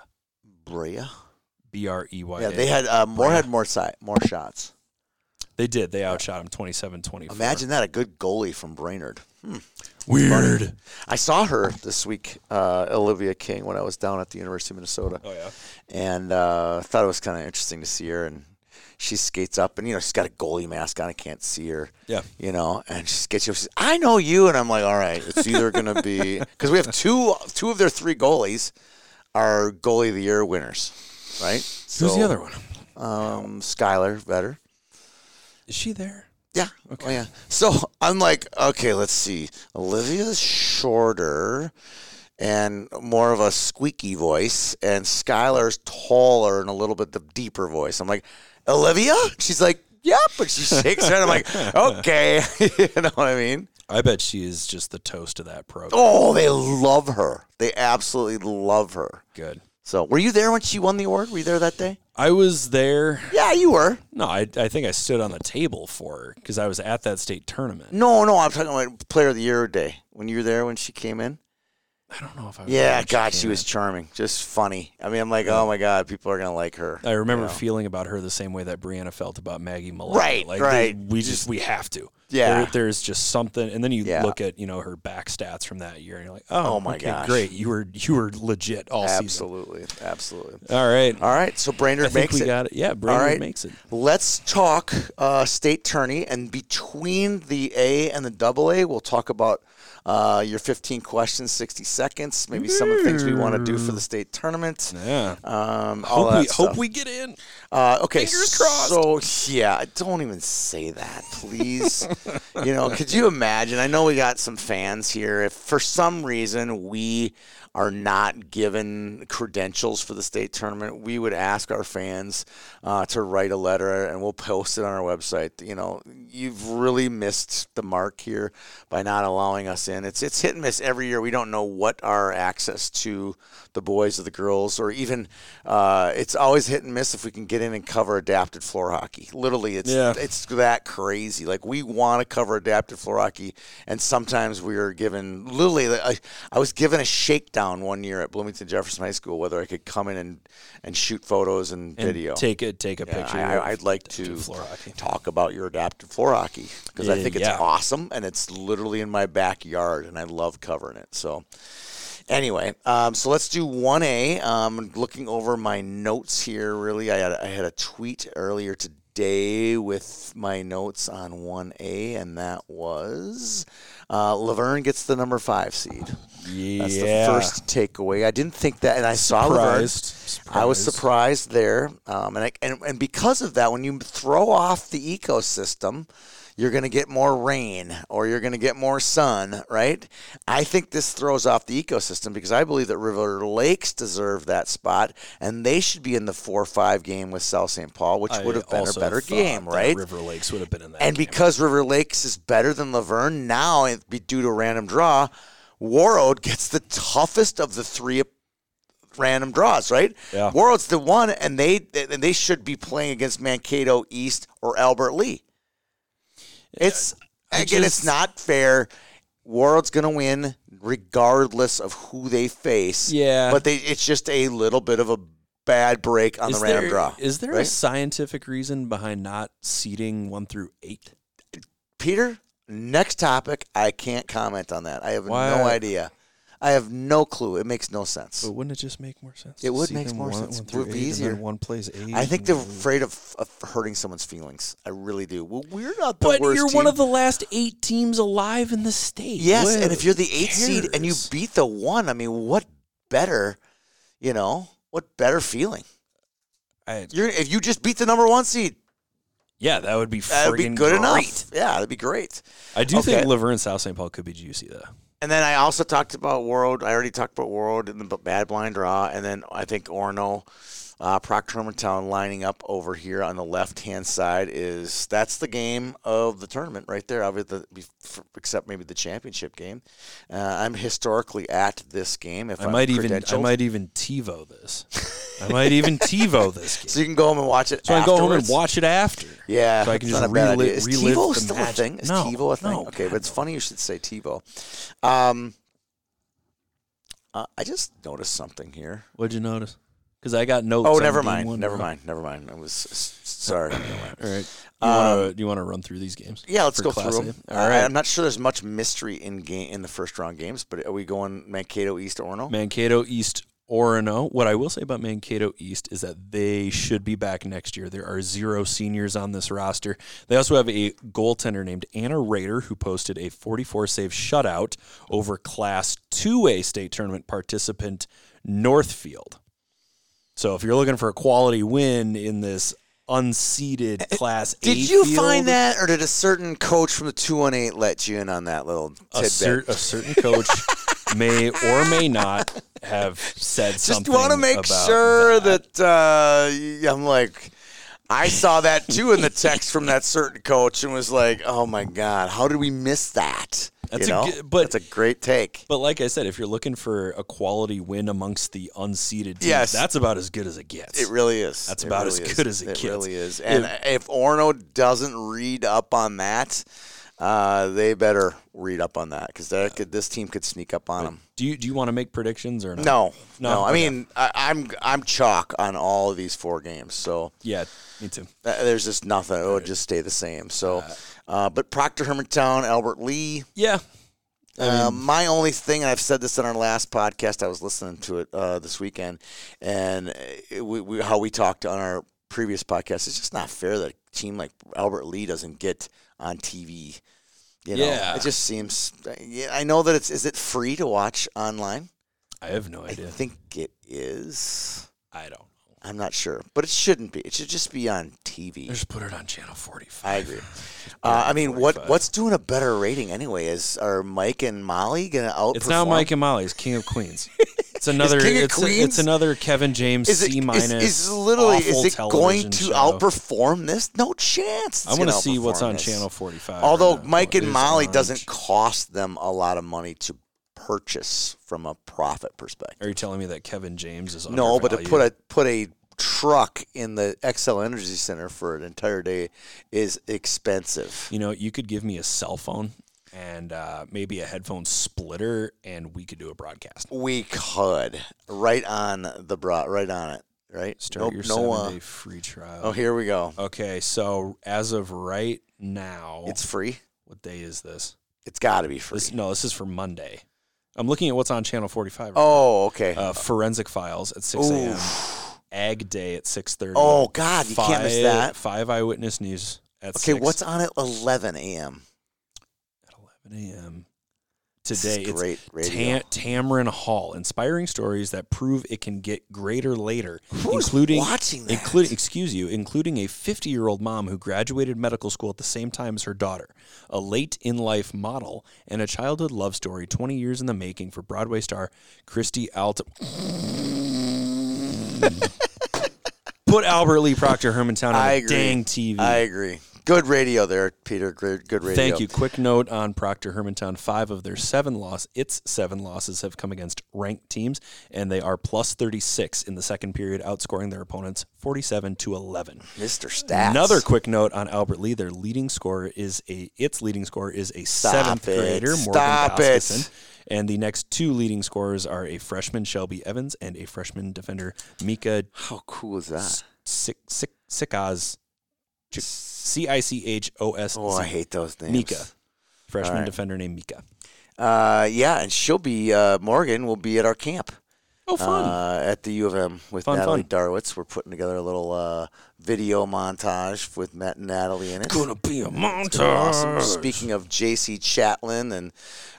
A: Brea.
C: B R E Y.
A: Yeah,
C: A.
A: they had uh, more had more si- more shots.
C: They did. They outshot him 27-24.
A: Imagine that a good goalie from Brainerd. Hmm.
C: weird.
A: I saw her this week, uh, Olivia King, when I was down at the University of Minnesota,
C: Oh yeah.
A: and uh, thought it was kind of interesting to see her. And she skates up, and you know she's got a goalie mask on. I can't see her,
C: Yeah.
A: you know. And she skates up. She says, "I know you," and I'm like, "All right, it's either going to be because we have two two of their three goalies are goalie of the year winners, right?
C: Who's the other one?
A: Um, Skylar Vetter.
C: Is she there?
A: Yeah. Okay. yeah. So I'm like, okay, let's see. Olivia's shorter and more of a squeaky voice, and Skylar's taller and a little bit the deeper voice. I'm like, Olivia? She's like, yep. But she shakes her head. I'm like, okay. you know what I mean?
C: I bet she is just the toast of that program.
A: Oh, they love her. They absolutely love her.
C: Good.
A: So were you there when she won the award? Were you there that day?
C: I was there.
A: Yeah, you were.
C: No, I, I think I stood on the table for her because I was at that state tournament.
A: No, no, I'm talking about Player of the Year day when you were there when she came in.
C: I don't know if I. Was there
A: Yeah,
C: when
A: God,
C: came
A: she was
C: in.
A: charming, just funny. I mean, I'm like, oh my God, people are gonna like her.
C: I remember
A: you know.
C: feeling about her the same way that Brianna felt about Maggie Malone.
A: Right,
C: like
A: right.
C: they- we just we have to.
A: Yeah.
C: There- there's just something, and then you
A: Yeah.
C: look at you know her back stats from that year, and you're like, oh,
A: Oh my
C: okay,
A: gosh.
C: great, you were you were legit all
A: absolutely, absolutely.
C: season. All right,
A: All right, so
C: I
A: Brainerd
C: think
A: makes
C: we
A: it.
C: got it. Yeah,
A: All
C: Brianna
A: right,
C: makes it.
A: Let's talk uh, state tourney, and between the A and the double A, we'll talk about uh, your 15 questions, 60 seconds, maybe some of the things we want to do for the state tournament.
C: Mm-hmm. Yeah.
A: Um, all
C: Hope
A: that
C: we,
A: stuff.
C: hope we get in.
A: Uh, okay.
C: Fingers crossed.
A: So yeah, don't even say that, please. you know, could you imagine? I know we got some fans here. If for some reason we are not given credentials for the state tournament, we would ask our fans uh, to write a letter, and we'll post it on our website. You know, you've really missed the mark here by not allowing us in. It's it's hit and miss every year. We don't know what our access to the boys or the girls, or even uh, it's always hit and miss if we can get in and cover adapted floor hockey. Literally, it's
C: Yeah.
A: it's that crazy. Like we want to cover adapted floor hockey, and sometimes we are given literally. I, I was given a shakedown one year at Bloomington Jefferson High School whether I could come in and and shoot photos and,
C: And
A: video.
C: Take a take a
A: Yeah,
C: picture.
A: I,
C: of
A: I- I'd like
C: adaptive
A: to
C: floor hockey.
A: talk about your adaptive floor hockey because I
C: Yeah,
A: think it's
C: yeah.
A: awesome and it's literally in my backyard and I love covering it. So, Anyway, um, so let's do 1A. Um, looking over my notes here, really, I had, I had a tweet earlier today with my notes on 1A, and that was uh, Laverne gets the number five seed.
C: Yeah.
A: That's the first takeaway. I didn't think that, and I saw Laverne.
C: Surprised.
A: I was
C: Surprised.
A: surprised there, um, and, I, and and because of that, when you throw off the ecosystem, you're going to get more rain or you're going to get more sun, right? I think this throws off the ecosystem because I believe that River Lakes deserve that spot, and they should be in the four-five game with South St. Paul, which
C: I
A: would have been a
C: also
A: better
C: thought
A: game,
C: that
A: right?
C: River Lakes would have been in that.
A: And
C: game.
A: because River Lakes is better than Laverne now, it be due to random draw, Warroad gets the toughest of the three random draws. Right?
C: Yeah.
A: Warroad's the one, and they and they should be playing against Mankato East or Albert Lee. It's again, it's
C: just-
A: not fair. Warroad's going to win regardless of who they face.
C: Yeah.
A: but they, it's just a little bit of a bad break on
C: is
A: the random
C: there,
A: draw.
C: Is there a
A: right?
C: scientific reason behind not seeding one through eight?
A: Peter, next topic. I can't comment on that. I have
C: Why?
A: no idea. I have no clue. It makes no sense.
C: But wouldn't it just make more sense?
A: It
C: to
A: would
C: seed
A: make
C: them
A: more
C: one,
A: sense.
C: One
A: It
C: through
A: would be
C: eight and then
A: easier.
C: one plays eight.
A: I think
C: and
A: they're
C: then-
A: afraid of, of hurting someone's feelings. I really do. Well, we're not the
C: But
A: worst.
C: you're
A: team.
C: one of the last eight teams alive in the state.
A: yes,
C: What
A: and if you're the eighth seed and you
C: cares?
A: beat the one, I mean, what better? You know, what better feeling?
C: I-
A: You're if you just beat the number one seed,
C: yeah, that would be
A: that
C: friggin'
A: would be good
C: great.
A: enough. Yeah, that'd be great.
C: I do
A: Okay.
C: think Laverne and South St. Paul could be juicy though.
A: And then I also talked about World. I already talked about World and the b- bad blind draw. And then I think Orno, uh, Proctor Town lining up over here on the left hand side is that's the game of the tournament right there. Obviously, the- bef- f- except maybe the championship game. Uh, I'm historically at this game. If
C: I
A: I'm
C: might even I
A: credentialed.
C: might even TiVo this. I might even TiVo this game.
A: So you can go home and watch it.
C: So I can go home and
A: afterwards.
C: watch it after.
A: Yeah,
C: So I can
A: it's
C: just
A: not a bad
C: relive-
A: idea. Is
C: relive
A: TiVo
C: the
A: still
C: magic.
A: a thing? Is
C: No,
A: TiVo a thing?
C: no,
A: okay,
C: God,
A: but it's
C: no.
A: funny you should say TiVo. Um, uh, I just noticed something here.
C: What'd you notice? Because I got notes.
A: Oh,
C: on
A: never
C: game
A: mind.
C: one.
A: Never mind. Never mind. I was sorry. Never mind.
C: All right. You wanna, do you want to run through these games?
A: Um, Yeah, let's
C: for
A: go
C: Class
A: through Um,
C: A?
A: them.
C: All right.
A: I'm not sure there's much mystery in game in the first round games, but are we going Mankato East Orno?
C: Mankato East Orono. What I will say about Mankato East is that they should be back next year. There are zero seniors on this roster. They also have a goaltender named Anna Rader who posted a 44 save shutout over Class 2A state tournament participant Northfield. So if you're looking for a quality win in this unseeded Class A,
A: Eh, Did you
C: field,
A: find that, or did a certain coach from the two one eight let you in on that little
C: a,
A: tidbit?
C: cer- a certain coach may or may not have said
A: just
C: something.
A: want to make
C: about
A: sure that, uh, I'm like, I saw that too in the text from that certain coach and was like, oh my god, how did we miss that?
C: That's
A: you
C: a
A: know,
C: good- but-
A: that's a great take.
C: But like I said, if you're looking for a quality win amongst the unseeded teams,
A: Yes.
C: that's about as good as it gets.
A: It really is.
C: That's
A: It
C: about as
A: really
C: good as it gets.
A: really is. And if Orno doesn't read up on that, uh, they better read up on that because could, this team could sneak up on them.
C: do you do you want to make predictions or not?
A: No, no.
C: No,
A: I
C: okay.
A: mean, I, I'm I'm chalk on all of these four games. So
C: Yeah, me too.
A: uh, there's just nothing. It would just stay the same. So, uh, but Proctor Hermantown, Albert Lee.
C: Yeah.
A: Uh, my only thing, and I've said this on our last podcast, I was listening to it uh, this weekend, and it, we, we, how we talked on our previous podcast. It's just not fair that a team like Albert Lee doesn't get on TV. You know,
C: Yeah.
A: it just seems. Yeah, I know that it's. Is it free to watch online?
C: I have no
A: I
C: idea.
A: think it is.
C: I don't know.
A: I'm not sure, but it shouldn't be. It should just be on TV.
C: Just put it on channel 45.
A: I agree. Uh, I mean, what what's doing a better rating anyway? Is are Mike and Molly gonna outperform?
C: It's now Mike and Molly's King of Queens. It's another
A: King of
C: it's,
A: Queens?
C: it's another Kevin James
A: is it,
C: C
A: is-
C: minus.
A: is literally is
C: awful
A: it going
C: television
A: to
C: show.
A: outperform this? No chance.
C: I
A: want to
C: see what's on channel 45.
A: Although
C: right now.
A: Mike
C: It
A: and
C: is
A: Molly
C: on-
A: doesn't cost them a lot of money to purchase from a profit perspective.
C: Are you telling me that Kevin James is
A: No, but to
C: undervalued?
A: put a put a truck in the XL Energy Center for an entire day is expensive.
C: you know, you could give me a cell phone and uh, maybe a headphone splitter, and we could do a broadcast.
A: We could right on the bra, right on it, right?
C: Start your
A: no, uh,
C: seven day free
A: oh,
C: trial.
A: here we go.
C: Okay, so as of right now,
A: It's free.
C: what day is this?
A: It's got to be free.
C: This no, this is for Monday. I'm looking at what's on channel 45. right
A: Oh, okay.
C: now. uh, Forensic Files at 6 a.m. Ag Day at 6:30.
A: oh God, you can can't miss
C: Five-
A: that.
C: Five Eyewitness News at
A: Okay,
C: 6
A: what's on at 11 a.m.
C: at 11 a.m.
A: This is
C: Today it's
A: great radio.
C: Tam- Tamron Hall, inspiring stories that prove it can get greater later,
A: Who's
C: including
A: watching that?
C: including excuse you, including a 50-year-old mom who graduated medical school at the same time as her daughter, a late in life model, and a childhood love story 20 years in the making for Broadway star Christy Alt. Put Albert Lee Proctor Hermantown on
A: I
C: the
A: agree.
C: dang TV.
A: I agree. Good radio there, Peter. Good, good radio.
C: Thank you. Quick note on Proctor Hermantown. Five of their seven loss, its seven losses have come against ranked teams, and they are plus 36 in the second period, outscoring their opponents 47 to 11.
A: Mr. Stats.
C: Another quick note on Albert Lee. Their leading scorer is a its leading scorer is a seventh
A: it.
C: grader, Morgan
A: Stop it.
C: Gustafson. And the next two leading scorers are a freshman Shelby Evans and a freshman defender Mika
A: How cool is that?
C: Sick Sick Sickaz. C I C H O S
A: Oh, I hate those names.
C: Mika, freshman
A: All right.
C: defender named Mika.
A: Uh, yeah, and she'll be uh, Morgan will be at our camp.
C: Oh,
A: Uh, at the U of M with
C: Fun,
A: Natalie
C: fun.
A: Darwitz. We're putting together a little uh, video montage with Matt and Natalie in it.
C: gonna be a
A: It's gonna be Awesome.
C: montage.
A: Speaking of J.C. Chatlin and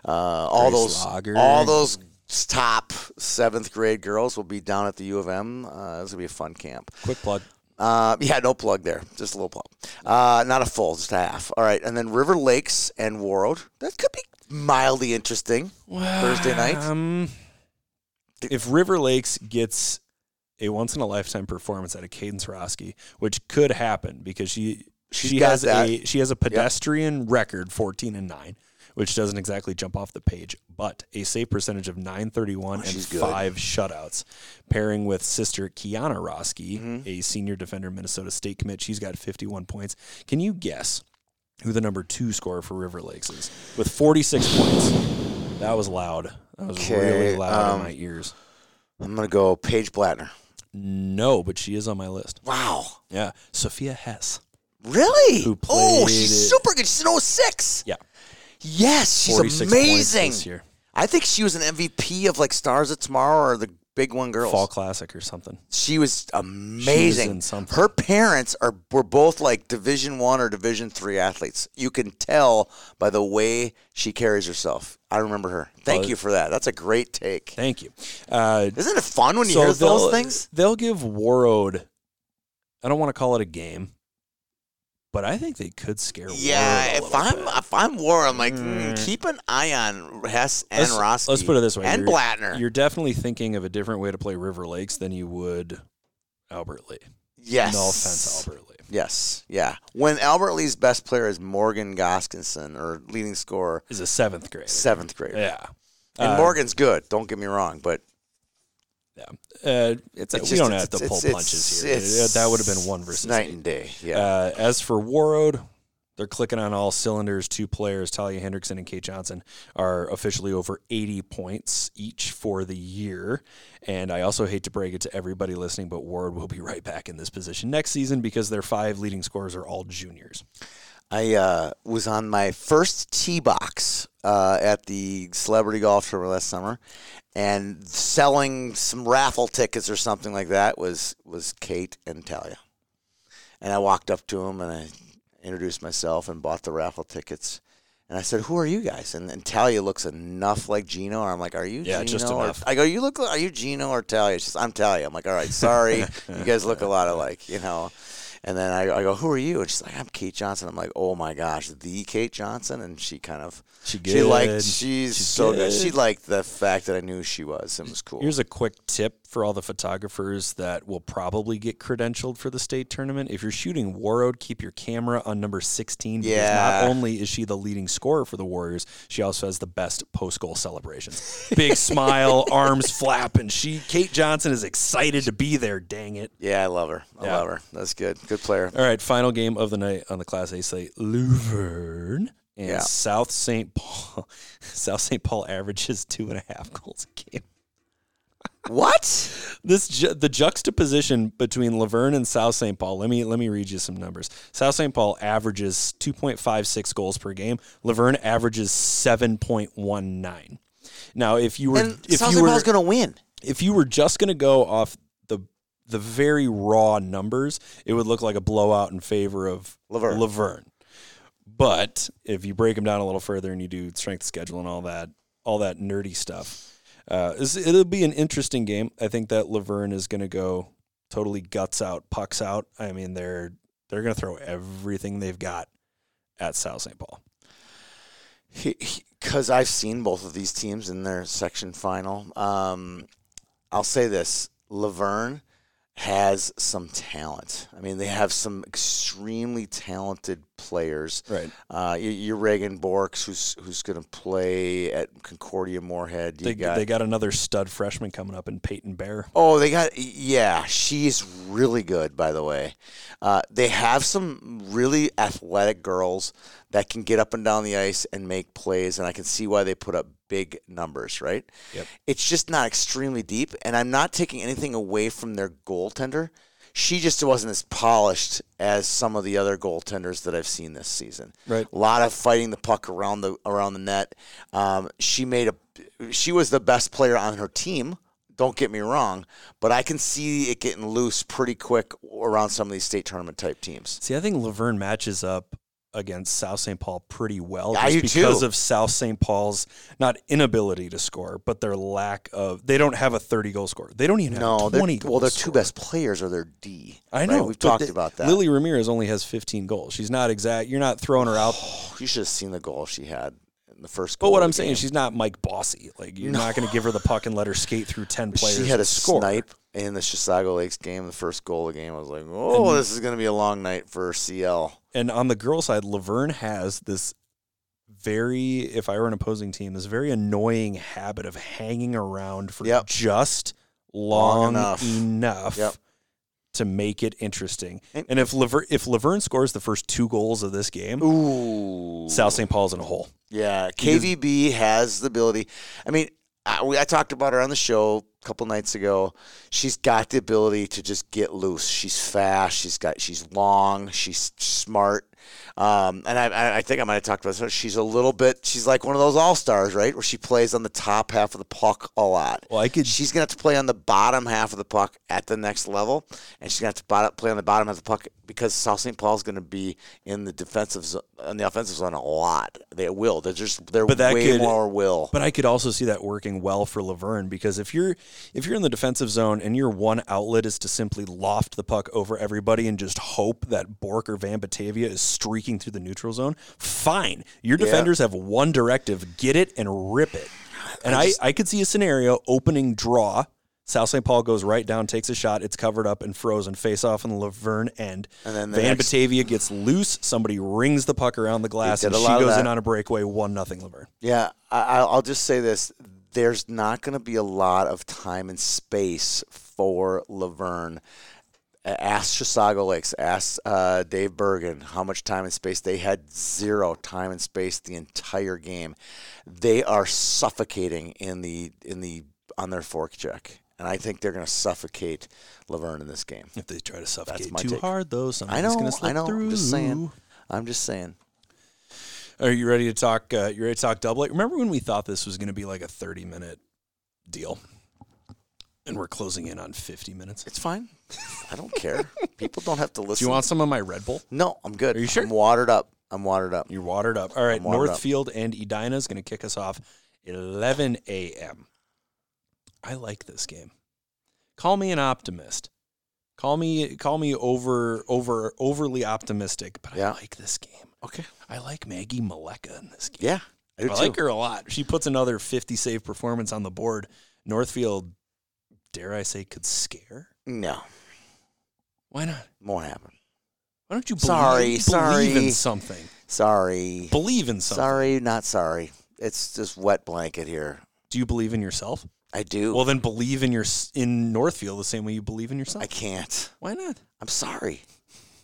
A: uh, all
C: Grace
A: those,
C: Lager.
A: all those top seventh grade girls will be down at the U of M. Uh, it's gonna be a fun camp.
C: Quick plug.
A: Uh, yeah, no plug there. Just a little plug. Uh, not a full, just a half. All right, and then River Lakes and Warroad. That could be mildly interesting. Thursday night.
C: Um, if River Lakes gets a once in a lifetime performance out of Cadence Roski, which could happen because she
A: She's
C: she
A: got
C: has a
A: that.
C: she has a pedestrian record fourteen and nine, which doesn't exactly jump off the page, but a save percentage of nine thirty one and
A: Oh, she's good.
C: five shutouts, pairing with sister Kiana Roski,
A: Mm-hmm.
C: a senior defender Minnesota State commit. She's got fifty one points. Can you guess? Who the number two scorer for River Lakes is with 46 points. That was loud. That was
A: Okay,
C: really loud
A: um,
C: in my ears.
A: I'm gonna go Paige Blattner.
C: No, but she is on my list.
A: Wow.
C: Yeah. Sophia Hess.
A: Really?
C: Who played
A: oh, she's
C: it.
A: super good. She's an 06.
C: Yeah.
A: Yes, she's
C: 46 points
A: amazing.
C: this year.
A: I think she was an MVP of like Stars of Tomorrow or the Big One Girls.
C: Fall Classic or something.
A: She was amazing.
C: in something.
A: Her parents are were both like Division One or Division Three athletes. You can tell by the way she carries herself. I remember her. Thank
C: Well,
A: you for that. That's a great take.
C: Thank you. Uh,
A: Isn't it fun when you hear
C: they'll-
A: those things?
C: They'll give Warroad, I don't want to call it a game, but I think they could scare Warroad.
A: Yeah,
C: a
A: if
C: little
A: I'm
C: bit.
A: if I'm War, I'm like, mm, keep an eye on Hess and
C: Let's-
A: Roski.
C: Let's put it this way.
A: and
C: You're-
A: Blattner.
C: You're definitely thinking of a different way to play River Lakes than you would Albert Lee.
A: yes.
C: No offense, Albert Lee.
A: Yes, yeah. When Albert Lee's best player is Morgan Goskinson, or leading scorer,
C: Is a seventh grader.
A: seventh grader,
C: Yeah.
A: and
C: Uh,
A: Morgan's good. Don't get me wrong, but
C: Yeah. Uh, it's, we
A: just-
C: don't
A: it's-
C: have to
A: it's-
C: pull
A: it's-
C: punches here.
A: it's-
C: Uh, that would have been one
A: it's
C: versus
A: night
C: eight.
A: and day. Yeah,
C: Uh, as for Warroad, they're clicking on all cylinders. Two players, Talia Hendrickson and Kate Johnson, are officially over 80 points each for the year. And I also hate to break it to everybody listening, but Warroad will be right back in this position next season because their five leading scorers are all juniors.
A: I uh, was on my first tee box uh, at the Celebrity Golf Tour last summer, and selling some raffle tickets or something like that was was Kate and Talia, and I walked up to them and I introduced myself and bought the raffle tickets. And I said, "Who are you guys?" And, and Talia looks enough like Gino, or I'm like, "Are you
C: Yeah,
A: Gino?"
C: just
A: or-"
C: enough.
A: I go, "You look, like, are you Gino or Talia?" She's, "I'm Talia." I'm like, "All right, sorry, you guys look a lot alike, you know." And then I, I go, "Who are you?" And she's like, "I'm Kate Johnson." I'm like, "Oh my gosh, the Kate Johnson." And she kind of
C: She
A: she liked
C: good.
A: she's,
C: She's
A: so good.
C: good.
A: She liked the fact that I knew who she was. It was cool.
C: Here's a quick tip for all the photographers that will probably get credentialed for the state tournament. If you're shooting Warroad, keep your camera on number 16 because
A: Yeah.
C: not only is she the leading scorer for the Warriors, she also has the best post goal celebrations. Big smile, arms flapping. She Kate Johnson is excited to be there, dang it.
A: yeah, I love her. I
C: Yeah.
A: love her. That's good. Good player.
C: All right, final game of the night on the Class A slate: Luverne and
A: Yeah.
C: South St. Paul. South St. Paul averages two and a half goals a game.
A: What?
C: this ju- the juxtaposition between Laverne and South St. Paul. Let me let me read you some numbers. South St. Paul averages 2.56 goals per game. Laverne averages 7.19. Now, if you were
A: and
C: if
A: sounds
C: you
A: like
C: were
A: Miles going to win.
C: if you were just going to go off the the very raw numbers, it would look like a blowout in favor of
A: Laverne.
C: But if you break them down a little further and you do strength schedule and all that, all that nerdy stuff, uh, it's- it'll be an interesting game. I think that Laverne is going to go totally guts out, pucks out. I mean, they're they're going to throw everything they've got at South St. Paul.
A: because I've seen both of these teams in their section final. Um, I'll say this: Laverne has some talent. I mean, they have some extremely talented players.
C: Right.
A: Uh, you, you're Reagan Borks, who's who's going to play at Concordia Moorhead. You
C: They
A: got
C: they got another stud freshman coming up in Peyton Bear.
A: Oh, they got yeah. She's really good, by the way. Uh, they have some really athletic girls that can get up and down the ice and make plays, and I can see why they put up big numbers. Right?
C: Yep.
A: It's just not extremely deep, and I'm not taking anything away from their goaltender. She just wasn't as polished as some of the other goaltenders that I've seen this season.
C: Right.
A: A lot of fighting the puck around the around the net. Um, she made a she was the best player on her team. Don't get me wrong, but I can see it getting loose pretty quick around some of these state tournament type teams.
C: See, I think Laverne matches up against South St. Paul pretty well
A: I
C: just
A: do
C: because
A: too.
C: of South St. Paul's not inability to score, but their lack of they don't have a 30 goal scorer. They don't even
A: No,
C: have
A: they're,
C: 20 goals.
A: well, their two best players are their D.
C: I
A: right?
C: know.
A: We've
C: but
A: talked
C: they-
A: about that.
C: Lily Ramirez only has 15 goals. She's not exact. You're not throwing her out.
A: you should have seen the goal she had in the first.
C: But
A: goal
C: what
A: of
C: I'm
A: the
C: saying
A: game.
C: is she's not Mike Bossy. Like you're not going to give her the puck and let her skate through 10 players.
A: she had a
C: and score.
A: snipe in the Chisago Lakes game, the first goal of the game. I was like, oh, this is going to be a long night for CL.
C: And on the girl side, Laverne has this very, if I were an opposing team, this very annoying habit of hanging around for
A: Yep.
C: just long,
A: Long enough.
C: enough,
A: Yep.
C: to make it interesting.
A: And-
C: And, if Laver- if Laverne scores the first two goals of this game,
A: Ooh,
C: South St. Paul's in a hole.
A: Yeah,
C: does-
A: KVB has the ability. I mean, I, we, I talked about her on the show a couple nights ago. She's got the ability to just get loose. She's fast. She's got. She's long. She's smart. Um, and I- I, I think I might have talked about this. She's a little bit. She's like one of those all stars, right? Where she plays on the top half of the puck a lot.
C: Well, I could
A: She's gonna have to play on the bottom half of the puck at the next level, and she's gonna have to bot- play on the bottom half of the puck because South St. Paul's gonna be in the defensive zone, in the offensive zone a lot. They will. They're just they're
C: But that
A: way
C: could-
A: more will.
C: But I could also see that working well for Laverne because if you're if you're in the defensive zone and your one outlet is to simply loft the puck over everybody and just hope that Bork or Van Batavia is streaking through the neutral zone, fine. Your
A: Yeah.
C: defenders have one directive: get it and rip it. And I, I could see a scenario opening draw. South St. Paul goes right down, takes a shot. It's covered up and frozen. Face off in the Laverne end.
A: And then the
C: Van
A: next-
C: Batavia gets loose. Somebody rings the puck around the glass,
A: did
C: and
A: a
C: she
A: lot of
C: goes
A: that.
C: in on a breakaway. One nothing Laverne.
A: Yeah, I, I'll I'll just say this: there's not going to be a lot of time and space for Laverne. A- Ask Chisago Lakes, ask uh, Dave Bergen how much time and space they had. Zero time and space the entire game. They are suffocating in the in the on their fork check, and I think they're going to suffocate Laverne in this game.
C: If they try to suffocate
A: my
C: too
A: take.
C: hard, though,
A: I
C: somebody's
A: know,
C: going to slip
A: I know.
C: through.
A: I'm just saying. I'm just saying.
C: Are you ready to talk? Uh, you ready to talk double? A? Remember when we thought this was going to be like a thirty-minute deal, and we're closing in on fifty minutes?
A: It's fine. I don't care. People don't have to
C: Do
A: listen.
C: you want some of my Red Bull?
A: No, I'm good.
C: Are you sure?
A: I'm watered up. I'm watered up.
C: You're watered up. All right,
A: I'm watered up.
C: Northfield and Edina is going to kick us off eleven a.m. I like this game. Call me an optimist. Call me call me over over overly optimistic, but
A: Yeah.
C: I like this game.
A: Okay.
C: I like Maggie Maleka in this game.
A: Yeah. I do
C: I
A: too.
C: like her a lot. She puts another 50 save performance on the board. Northfield, dare I say, could scare.
A: No,
C: Why not?
A: won't happen.
C: Why don't you believe,
A: Sorry,
C: believe
A: sorry.
C: in something?
A: Sorry.
C: Believe in something.
A: Sorry, not sorry. It's just wet blanket here.
C: Do you believe in yourself?
A: I do.
C: Well, then believe in your in Northfield the same way you believe in yourself.
A: I can't.
C: Why not?
A: I'm sorry.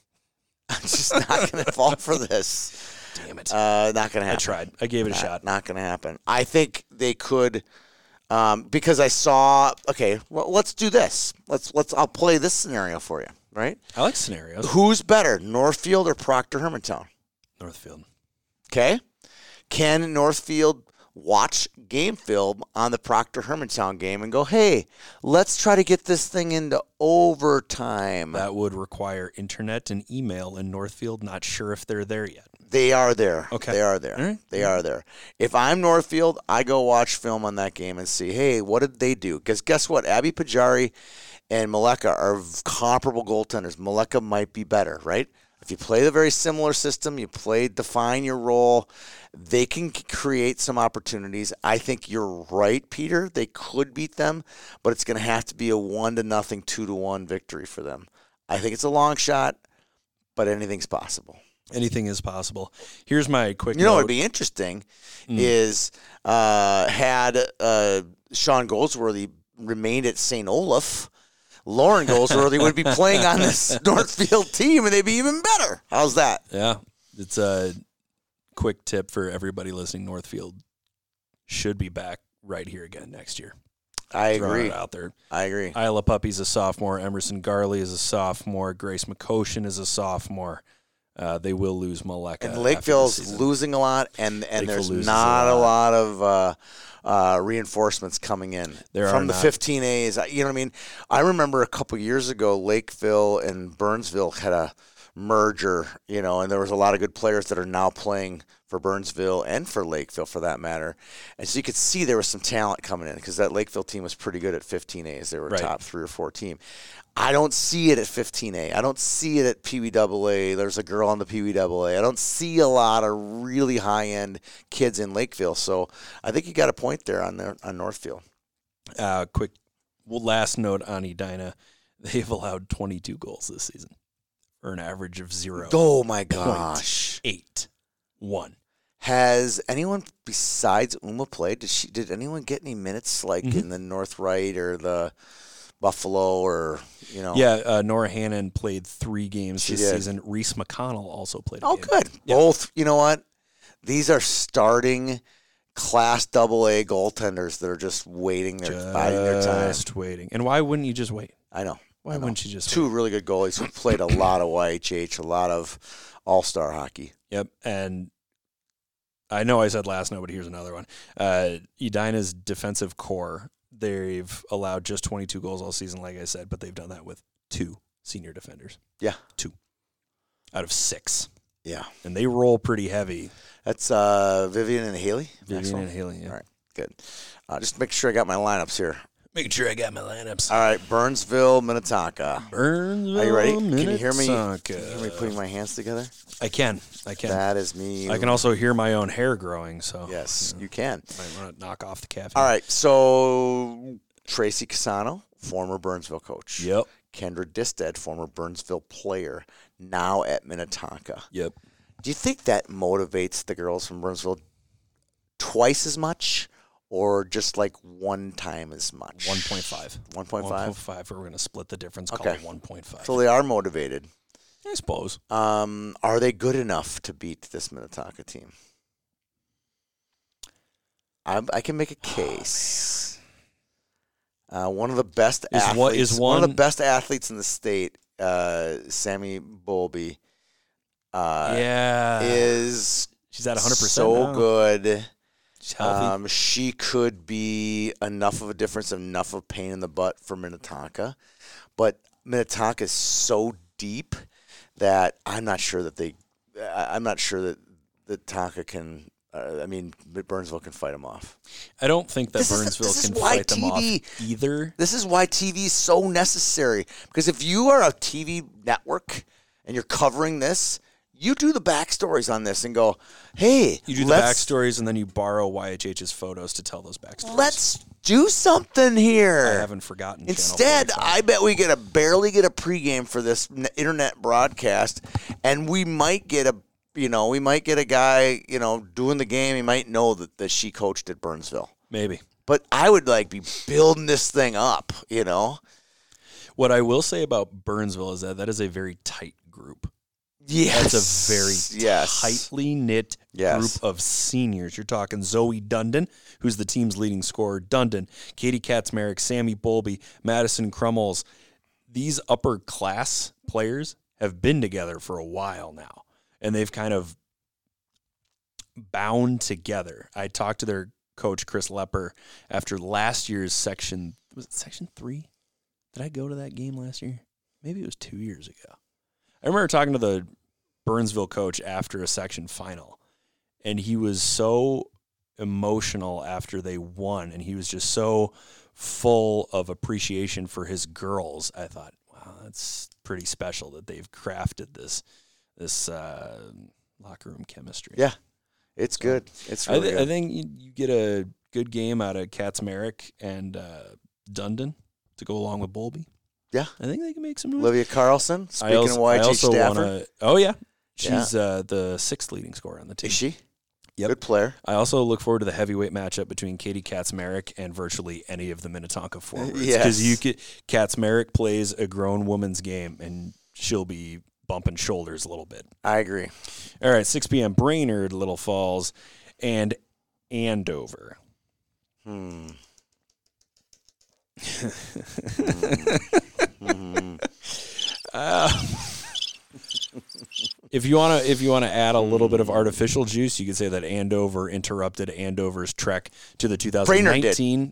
A: I'm just not going to fall for this.
C: Damn it!
A: Uh, not going to
C: I
A: happen.
C: tried. I gave it a shot.
A: Not going to happen. I think they could, um, because I saw. Okay, well, let's do this. Let's let's. I'll play this scenario for you. Right?
C: I like scenarios.
A: Who's better, Northfield or Proctor Hermantown?
C: Northfield.
A: Okay. Can Northfield watch game film on the Proctor Hermantown game and go, hey, let's try to get this thing into overtime.
C: That would require internet and email in Northfield. Not sure if they're there yet.
A: They are there.
C: Okay.
A: They are there.
C: All right.
A: They are there. If I'm Northfield, I go watch film on that game and see, hey, what did they do? Because guess what? Abby Pajari and Maleka are v- comparable goaltenders. Maleka might be better, right? If you play the very similar system, you play define your role, they can c- create some opportunities. I think you're right, Peter. They could beat them, but it's going to have to be a one to nothing, two to one victory for them. I think it's a long shot, but anything's possible.
C: Anything is possible. Here's my quick.
A: You know,
C: note.
A: what'd be interesting
C: Hmm.
A: is uh, had uh, Sean Goldsworthy remained at St. Olaf, Lauren Goldsworthy would be playing on this Northfield team, and they'd be even better. How's that?
C: Yeah. It's a quick tip for everybody listening. Northfield should be back right here again next year.
A: I
C: Throwing
A: agree.
C: it out there.
A: I agree.
C: Isla Puppy's a sophomore. Emerson Garley is a sophomore. Grace McCoshin is a sophomore. Uh, they will lose Maleka.
A: And
C: uh, after the
A: Lakeville's
C: season.
A: losing a lot, and, and
C: Lakeville
A: there's
C: loses
A: not a
C: a
A: lot of uh, uh, reinforcements coming in
C: There
A: from
C: are
A: the
C: not.
A: 15As. You know what I mean? I remember a couple years ago, Lakeville and Burnsville had a merger, you know, and there was a lot of good players that are now playing for Burnsville and for Lakeville for that matter. And so you could see there was some talent coming in because that Lakeville team was pretty good at 15As. They were
C: Right.
A: top three or four team. I don't see it at 15A. I don't see it at PWAA. There's a girl on the PWAA. I don't see a lot of really high end kids in Lakeville. So I think you got a point there on their, on Northfield.
C: Uh, quick well, last note on Edina. They've allowed 22 goals this season for an average of zero
A: Oh my gosh.
C: eight one.
A: Has anyone besides Uma played? Did she did anyone get any minutes like
C: Mm-hmm.
A: in the North Right or the Buffalo or you know?
C: Yeah, uh, Nora Hannon played three games
A: She
C: this
A: did.
C: season. Reese McConnell also played. A
A: Oh,
C: game.
A: good.
C: Yeah.
A: Both. You know what? These are starting class double A goaltenders that are just waiting their biding their time.
C: Just waiting. And why wouldn't you just wait?
A: I know.
C: Why
A: I know.
C: wouldn't you just
A: Two really good goalies who played a lot of YHH, a lot of all star hockey.
C: Yep. And I know I said last night, but here's another one. Uh, Edina's defensive core, they've allowed just 22 goals all season, like I said, but they've done that with two senior defenders
A: Yeah.
C: out of six.
A: Yeah.
C: And they roll pretty heavy.
A: That's uh, Vivian and Haley.
C: Vivian
A: Maxwell?
C: and Haley. Yeah.
A: All right. Good. Uh, just make sure I got my lineups here.
C: Making sure I got my lineups.
A: All right. Burnsville, Minnetonka.
C: Burnsville,
A: Uh, Are you ready? Can you hear me? Can
C: Minnetonka.
A: you hear me putting my hands together?
C: I can. I can.
A: That is me.
C: I can also hear my own hair growing, so
A: Yes, you can.
C: I want to knock off the caffeine.
A: All right. So Tracy Casano, former Burnsville coach.
C: Yep.
A: Kendra Disted, former Burnsville player, now at Minnetonka.
C: Yep.
A: Do you think that motivates the girls from Burnsville twice as much or just like one time as much?
C: 1.5.
A: 1.5.
C: 1.5. We're going to split the difference.
A: Okay.
C: Call it 1.5.
A: So they are motivated.
C: I suppose.
A: Um, are they good enough to beat this Minnetonka team? I, I can make a
C: Oh,
A: case. uh, one of the best
C: Is
A: athletes,
C: one- is
A: of the
C: one-
A: best athletes in the state, uh, Sammy Bolby, uh,
C: yeah.
A: is
C: She's at 100%
A: so
C: now.
A: good.
C: She's healthy.
A: Um, she could be enough of a difference, enough of a pain in the butt for Minnetonka, but Minnetonka is so deep that I'm not sure that they, I, I'm not sure that that Tonka can. Uh, I mean, that Burnsville can fight them off.
C: I don't think that
A: this is-
C: Burnsville
A: this is
C: can
A: why
C: fight them off
A: TV
C: either.
A: This is why TV is so necessary because if you are a TV network and you're covering this, you do the backstories on this and go, hey,
C: You do the
A: let's
C: backstories and then you borrow YHH's photos to tell those backstories.
A: let's do something here.
C: I haven't forgotten. Channel
A: Instead,
C: 45.
A: I bet we get a barely get a pregame for this n- internet broadcast, and we might get a you know we might get a guy you know doing the game. He might know that, that she coached at Burnsville,
C: Maybe.
A: but I would like be building this thing up. You know,
C: What I will say about Burnsville is that that is a very tight group.
A: yes,
C: That's a very
A: yes.
C: tightly knit
A: Yes.
C: group of seniors. You're talking Zoe Dundon, who's the team's leading scorer, Dundon, Katie Katzmarek, Sammy Bolby, Madison Crummels. These upper class players have been together for a while now, and they've kind of bound together. I talked to their coach Chris Lepper after last year's section was it section three? Did I go to that game last year? Maybe it was two years ago. I remember talking to the Burnsville coach after a section final, and he was so emotional after they won, and he was just so full of appreciation for his girls. I thought, wow, that's pretty special that they've crafted this this uh, locker room chemistry.
A: Yeah, it's good. It's really
C: I, th-
A: good.
C: I think you, you get a good game out of Katzmarek and uh, Dundon to go along with Bowlby.
A: Yeah.
C: I think they can make some noise.
A: Olivia Carlson.
C: I
A: Speaking
C: also- I
A: of YG
C: also
A: Stafford,
C: wanna- oh yeah,
A: Yeah.
C: she's uh, the sixth leading scorer on the team.
A: is she?
C: Yep.
A: Good player.
C: I also look forward to the heavyweight matchup between Katie Katzmarek and virtually any of the Minnetonka forwards.
A: Yes.
C: you could, Katzmarek plays a grown woman's game, and she'll be bumping shoulders a little bit.
A: I agree.
C: All right, 6 p.m. Brainerd, Little Falls, and Andover.
A: Hmm.
C: If you wanna, if you wanna add a little bit of artificial juice, you could say that Andover interrupted Andover's trek to the 2019.
A: Brainerd did.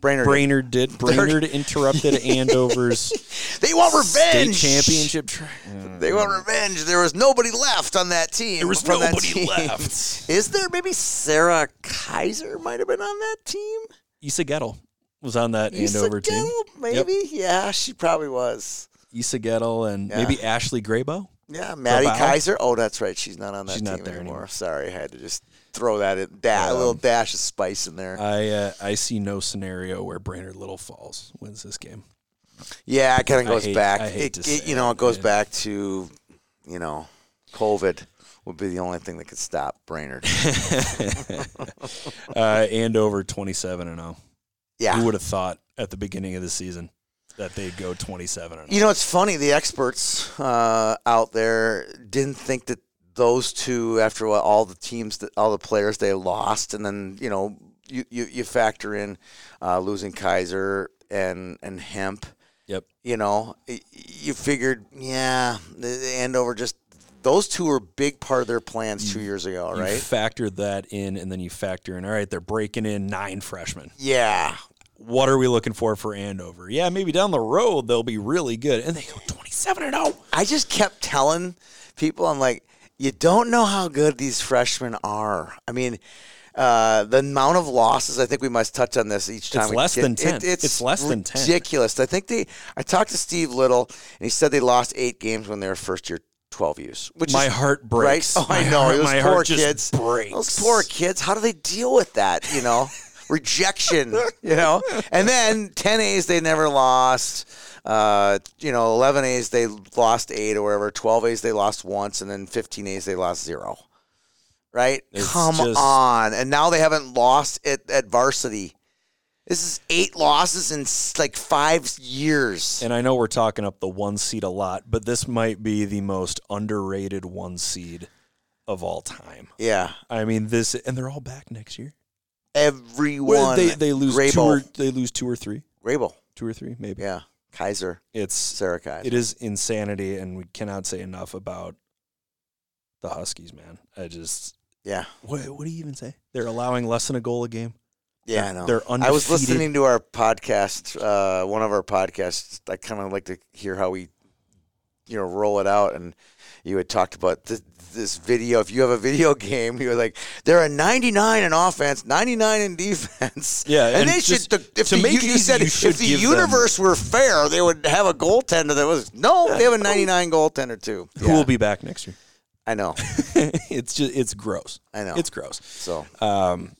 C: Brainerd did. Brainerd interrupted Andover's
A: They want
C: state
A: revenge.
C: championship trek.
A: They want revenge. There was nobody left on that team. There
C: was nobody left.
A: Is there maybe Sarah Kaiser might have been on that team?
C: Issa Gettle was on that Andover
A: Issa
C: team.
A: Gill, Maybe. Yeah, she probably was.
C: Issa Gettle and
A: Yeah.
C: maybe Ashley Graybow.
A: Yeah, Maddie
C: Bilbao?
A: Kaiser. Oh, that's right. She's not on that
C: She's
A: team
C: not there
A: anymore.
C: anymore. Um,
A: Sorry, I had to just throw that in. Da- a little dash of spice in there.
C: I uh, I see no scenario where Brainerd Little Falls wins this game.
A: yeah, it kind
C: I
A: of goes
C: hate-
A: back.
C: I hate
A: It,
C: to
A: it-
C: say
A: you know,
C: it,
A: it goes
C: man.
A: back to, you know, COVID would be the only thing that could stop Brainerd.
C: Uh, Andover twenty seven and zero. Who
A: Yeah.
C: would have thought at the beginning of the season that they'd go twenty seven and oh?
A: You know, it's funny. The experts uh, out there didn't think that those two, after what, all the teams, that, all the players they lost, and then you know, you you, you factor in uh, losing Kaiser and and Hemp.
C: Yep.
A: You know, y- you figured, yeah, the- the Andover just those two were a big part of their plans two years ago,
C: You
A: right?
C: factor that in, and then you factor in. All right, they're breaking in nine freshmen.
A: Yeah,
C: What are we looking for for Andover? Yeah, maybe down the road they'll be really good, and they go twenty-seven and oh. zero.
A: I just kept telling people, I'm like, you don't know how good these freshmen are. I mean, uh, the amount of losses. I think we must touch on this each time. we
C: less than 10.
A: It, it's,
C: It's less than 10.
A: Ridiculous. I think they. I talked to Steve Little, and he said they lost eight games when they were first year twelve U's. Which
C: My
A: is,
C: heart breaks.
A: Right? Oh, I
C: My
A: know.
C: heart-
A: Those
C: my
A: poor
C: heart just
A: kids.
C: breaks.
A: Those poor kids. How do they deal with that? You know, rejection. You know, and then ten A's they never lost. Uh, you know, eleven A's they lost eight or whatever. Twelve A's they lost once, and then fifteen A's they lost zero. Right?
C: It's
A: Come
C: just-
A: on! And now they haven't lost at, at varsity. This is eight losses in s- like five years.
C: And I know we're talking up the one seed a lot, but this might be the most underrated one seed of all time.
A: yeah,
C: I mean, this, and they're all back next year.
A: everyone.
C: Well, they they lose two
A: Grable.
C: or they lose two or three,
A: Grable.
C: two or three maybe.
A: Yeah, Kaiser.
C: It's
A: Sarah Kaiser.
C: it is insanity, and we cannot say enough about the Huskies, man. I just
A: Yeah.
C: what what do you even say? They're allowing less than a goal a game.
A: Yeah,
C: They're-
A: I know.
C: they're
A: I was
C: undefeated.
A: listening to our podcast, uh, one of our podcasts. I kind of like to hear how we, you know, roll it out. And you had talked about th- this video. If you have a video game, you were like, they're a 99 in offense, 99 in defense.
C: Yeah,
A: and,
C: and
A: they
C: just
A: should. The, if
C: to
A: the,
C: make
A: you,
C: it
A: you
C: easy,
A: said
C: you
A: if
C: should
A: the
C: give them-
A: universe were fair, they would have a goaltender that was no. They have a 99 goaltender too.
C: Who
A: Yeah,
C: will be back next year?
A: I know.
C: it's just it's gross.
A: I know.
C: It's gross.
A: So
C: Um,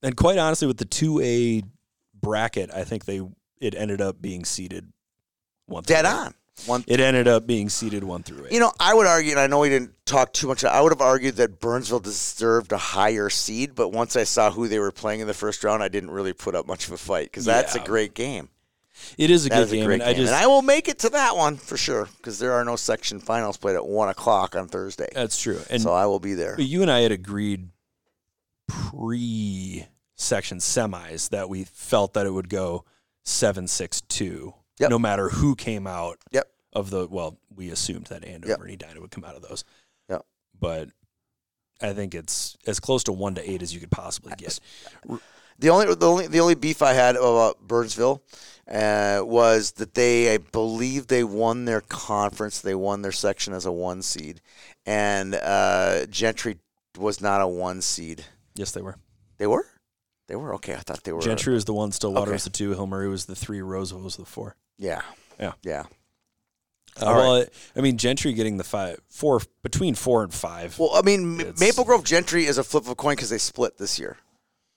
C: and quite honestly, with the two A bracket, I think they it ended up being seeded one through
A: dead
C: eight.
A: on. One
C: It ended up being seeded one through eight.
A: You know, I would argue, and I know we didn't talk too much. I would have argued that Burnsville deserved a higher seed, but once I saw who they were playing in the first round, I didn't really put up much of a fight because that's a
C: Yeah.
A: great game.
C: it is a
A: That
C: good
A: is a
C: game,
A: great
C: and
A: game,
C: I just
A: and I will make it to that one for sure because there are no section finals played at one o'clock on Thursday,
C: that's true. And
A: so I will be there.
C: but you and I had agreed pre section semis that we felt that it would go seven six two,
A: Yep.
C: no matter who came out
A: Yep.
C: of the. Well, we assumed that Andover
A: Yep.
C: and Edina would come out of those.
A: Yep.
C: but. I think it's as close to one to eight as you could possibly get.
A: The only the only the only beef I had about Burnsville uh, was that they I believe they won their conference. They won their section as a one seed, and uh, Gentry was not a one seed.
C: Yes, they were.
A: They were. They were okay. I thought they were.
C: Gentry was the one, Stillwater
A: Okay.
C: was the two, Hill Murray was the three, Roosevelt was the four.
A: Yeah.
C: Yeah.
A: Yeah.
C: Uh,
A: All
C: well, I mean, Gentry getting the five, four between four and five.
A: Well, I mean, M-
C: It's-
A: Maple Grove Gentry is a flip of a coin because they split this year.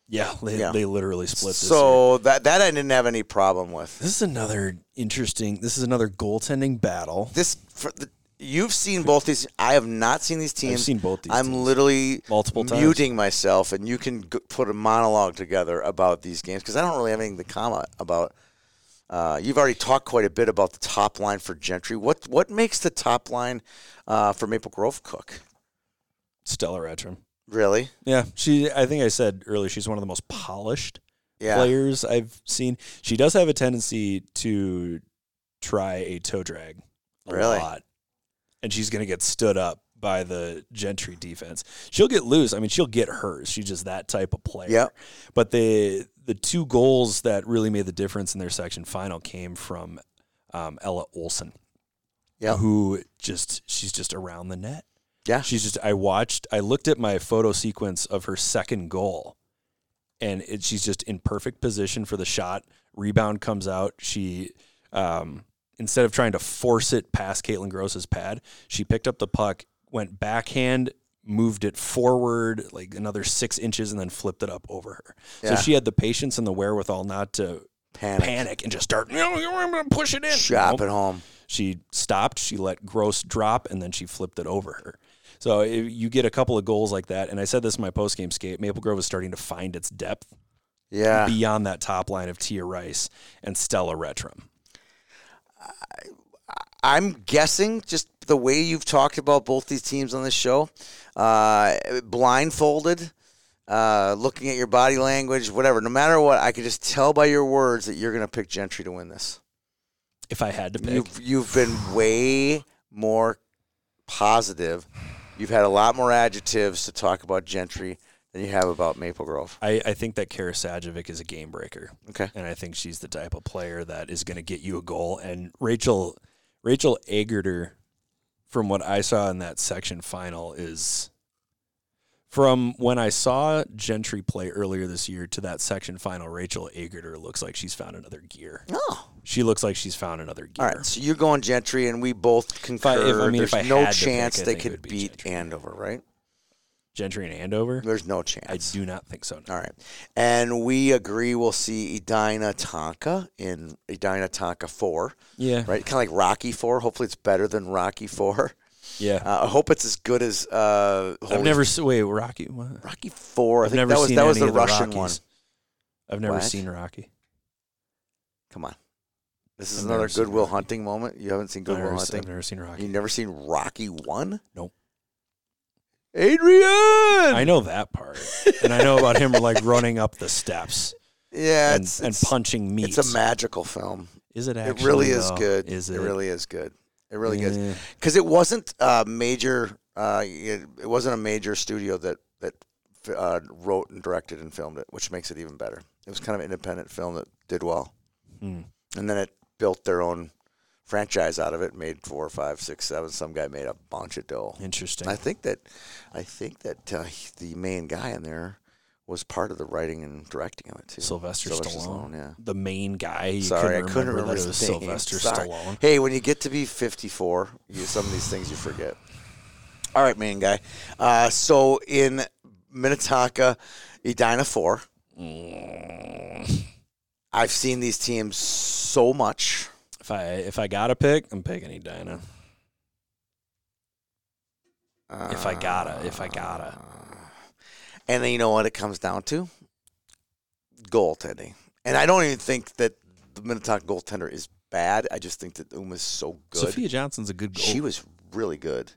C: yeah, they,
A: yeah.
C: they literally split. This year.
A: so that that I didn't have any problem with.
C: This is another interesting. This is another goaltending battle.
A: This for the, you've seen both these. I have not seen these teams.
C: seen both these
A: I'm
C: teams.
A: literally
C: Multiple times.
A: muting myself, and you can g- put a monologue together about these games because I don't really have anything to comment about. Uh, you've already talked quite a bit about the top line for Gentry. What what makes the top line uh, for Maple Grove cook?
C: Stella Ratcham.
A: Really?
C: Yeah, she. I think I said earlier she's one of the most polished
A: Yeah.
C: players I've seen. She does have a tendency to try a toe drag a
A: Really?
C: lot, and she's going to get stood up by the Gentry defense. She'll get loose. I mean, she'll get hers. She's just that type of player.
A: Yep.
C: But the the two goals that really made the difference in their section final came from um, Ella Olson.
A: Yep.
C: Who just she's just around the net.
A: Yeah.
C: She's just I watched I looked at my photo sequence of her second goal and it, she's just in perfect position for the shot. Rebound comes out. She um, instead of trying to force it past Caitlin Gross's pad, she picked up the puck, went backhand, moved it forward like another six inches, and then flipped it up over her.
A: Yeah.
C: So she had the patience and the wherewithal not to
A: Panic.
C: panic and just start. No, I'm gonna push it in.
A: Shop at
C: Nope.
A: home.
C: She stopped. She let Gross drop, and then she flipped it over her. So i- you get a couple of goals like that, and I said this in my postgame skate. Maple Grove is starting to find its depth
A: Yeah.
C: beyond that top line of Tia Rice and Stella Retram.
A: I'm guessing just the way you've talked about both these teams on this show, uh, blindfolded, uh, looking at your body language, whatever. No matter what, I could just tell by your words that you're going to pick Gentry to win this.
C: If I had to pick,
A: You've you've been way more positive. You've had a lot more adjectives to talk about Gentry than you have about Maple Grove.
C: I, I think that Kara Sajovic is a game breaker.
A: Okay.
C: And I think she's the type of player that is going to get you a goal. And Rachel Rachel Agerter, from what I saw in that section final, is from when I saw Gentry play earlier this year to that section final, Rachel Agerter looks like she's found another gear.
A: Oh.
C: She looks like she's found another gear.
A: All right, so you're going Gentry, and we both
C: I-
A: concur.
C: if- I mean, if
A: There's
C: I
A: no
C: had to pick,
A: chance
C: I
A: they
C: think it
A: could
C: would be
A: beat
C: Gentry.
A: Andover, right?
C: Gentry and Andover.
A: There's no chance.
C: I do not think so. No.
A: All right. And we agree we'll see Edina Tonka in Edina Tonka 4,
C: Yeah.
A: right? Kind of like Rocky 4. Hopefully it's better than Rocky 4.
C: Yeah.
A: Uh, I hope it's as good as uh,
C: I've
A: Holy-
C: never seen. Wait, Rocky. What?
A: Rocky 4. I
C: I've
A: think
C: never
A: that was,
C: seen
A: that was
C: any
A: the
C: of
A: Russian
C: Rockies.
A: one.
C: I've never
A: What?
C: seen Rocky.
A: Come on. This is
C: I've
A: another
C: never seen
A: Goodwill
C: Rocky.
A: Hunting moment. You haven't seen
C: I've never,
A: Goodwill
C: se- I've
A: Hunting?
C: never seen Rocky.
A: You've never seen Rocky 1?
C: Nope.
A: Adrian!
C: I know that part, and I know about him like running up the steps
A: yeah,
C: and,
A: it's,
C: and
A: it's,
C: punching
A: it's
C: meat.
A: a magical film.
C: is it actually?
A: it really is
C: though?
A: good.
C: Is it,
A: it? really is good. It really is.
C: Yeah.
A: because it wasn't a major. Uh, it, it wasn't a major studio that that uh, wrote and directed and filmed it, which makes it even better. It was kind of an independent film that did well,
C: Hmm.
A: and then it built their own franchise out of it. Made four, five, six, seven. Some guy made a bunch of dough.
C: Interesting.
A: I think that, I think that uh, he- the main guy in there was part of the writing and directing of it too.
C: Sylvester, Stallone,
A: yeah.
C: the main guy. You
A: Sorry, I
C: couldn't
A: couldn't remember
C: that
A: his
C: it was
A: name.
C: Sylvester
A: Sorry.
C: Stallone.
A: Hey, when you get to be 54, you, some of these things you forget. All right, main guy. Uh, so in Minnetonka, Edina 4, I've seen these teams so much.
C: If I if I got to pick, I'm picking Edina. If I gotta, if I gotta.
A: Ah, And then you know what it comes down to? Goaltending. And I don't even think that the Minnetonka goaltender is bad. I just think that Uma's so good.
C: Sophia Johnson's a good goal.
A: She was really good.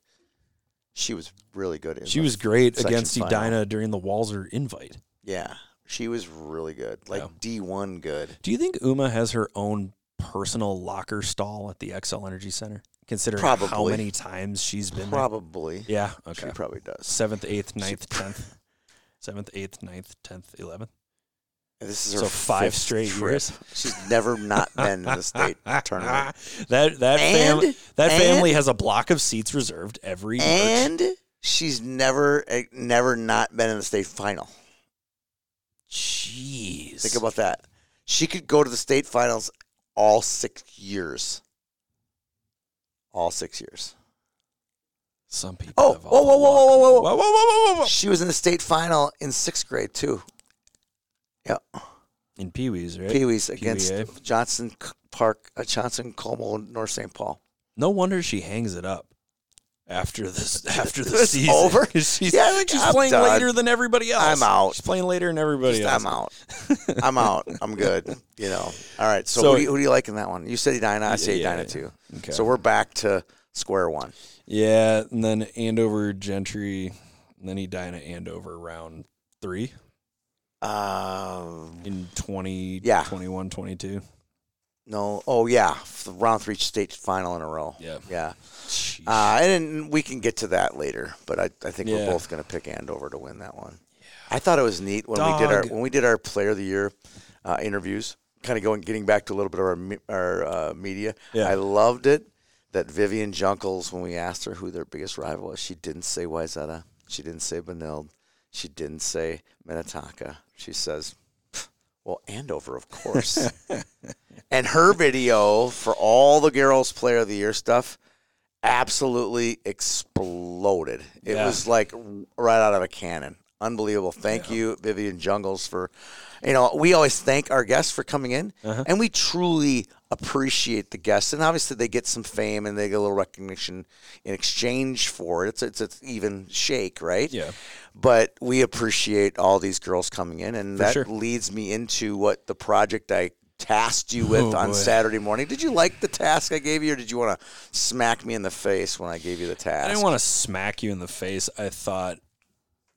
A: She was really good. in
C: She
A: the-
C: was great
A: section
C: against
A: final.
C: Edina during the Walzer invite.
A: Yeah, she was really good. Like
C: Yeah.
A: D one good.
C: Do you think Uma has her own personal locker stall at the XL Energy Center? Considering how
A: Probably.
C: many times she's been there?
A: Probably.
C: Yeah.
A: She
C: Okay.
A: probably does.
C: Seventh, eighth, ninth, tenth. Seventh, eighth, ninth, tenth, eleventh.
A: This is her
C: So five
A: fifth
C: straight
A: trip.
C: years.
A: She's never not been to the state tournament.
C: Ah, that that
A: And-
C: family that
A: and-
C: family has a block of seats reserved every March.
A: and she's never eh, never not been in the state final.
C: Jeez.
A: Think about that. She could go to the state finals all six years. All six years.
C: some people.
A: Oh,
C: have
A: whoa,
C: all the
A: whoa, whoa,
C: luck.
A: whoa, whoa, whoa.
C: whoa, whoa, whoa, whoa.
A: She was in the state final in sixth grade too. Yep.
C: In Pee Wee's, right?
A: Pee Wee's against
C: PWA.
A: Johnson C- Park, uh, Johnson Como, North St. Paul.
C: No wonder she hangs it up after this after the
A: It's
C: season.
A: over?
C: 'Cause she's
A: Yeah, I think
C: she's
A: I'm
C: playing
A: done.
C: later than everybody else.
A: I'm out.
C: She's playing later than everybody
A: Just,
C: else.
A: I'm out. I'm out. I'm good. You know. All right. So,
C: So-
A: who, do you, who do you like in that one? You said Edina. I say
C: Yeah,
A: Edina
C: yeah.
A: too.
C: Okay.
A: So we're back to square one.
C: Yeah, and then Andover Gentry, and then he died in Andover round three
A: Uh,
C: in 20,
A: Yeah.
C: 21, 22.
A: no. Oh yeah. F- Round three state final in a row.
C: Yeah.
A: Yeah.
C: Jeez.
A: Uh, and then we can get to that later, but I, I think we're
C: Yeah.
A: both going to pick Andover to win that one. I thought it was neat when we did our
C: Dog.
A: when we did our Player of the Year uh, interviews, kind of going getting back to a little bit of our me- our uh, media.
C: Yeah.
A: I loved it that Vivian Junkles, when we asked her who their biggest rival was, she didn't say Wayzata, she didn't say Benilde, she didn't say Minnetonka. She says, "Well, Andover, of course." and her video for all the girls' Player of the Year stuff absolutely exploded. It
C: Yeah.
A: was like right out of a cannon. Unbelievable. Thank you, Vivian Jungles, for, you know, we always thank our guests for coming in,
C: Uh-huh.
A: and we truly appreciate the guests. And obviously, they get some fame and they get a little recognition in exchange for it. It's it's, it's even shake, right?
C: Yeah.
A: But we appreciate all these girls coming in, and that
C: sure.
A: leads me into what the project I tasked you with
C: Oh,
A: on
C: boy.
A: Saturday morning. Did you like the task I gave you, or did you want to smack me in the face when I gave you the task?
C: I didn't want to smack you in the face. I thought,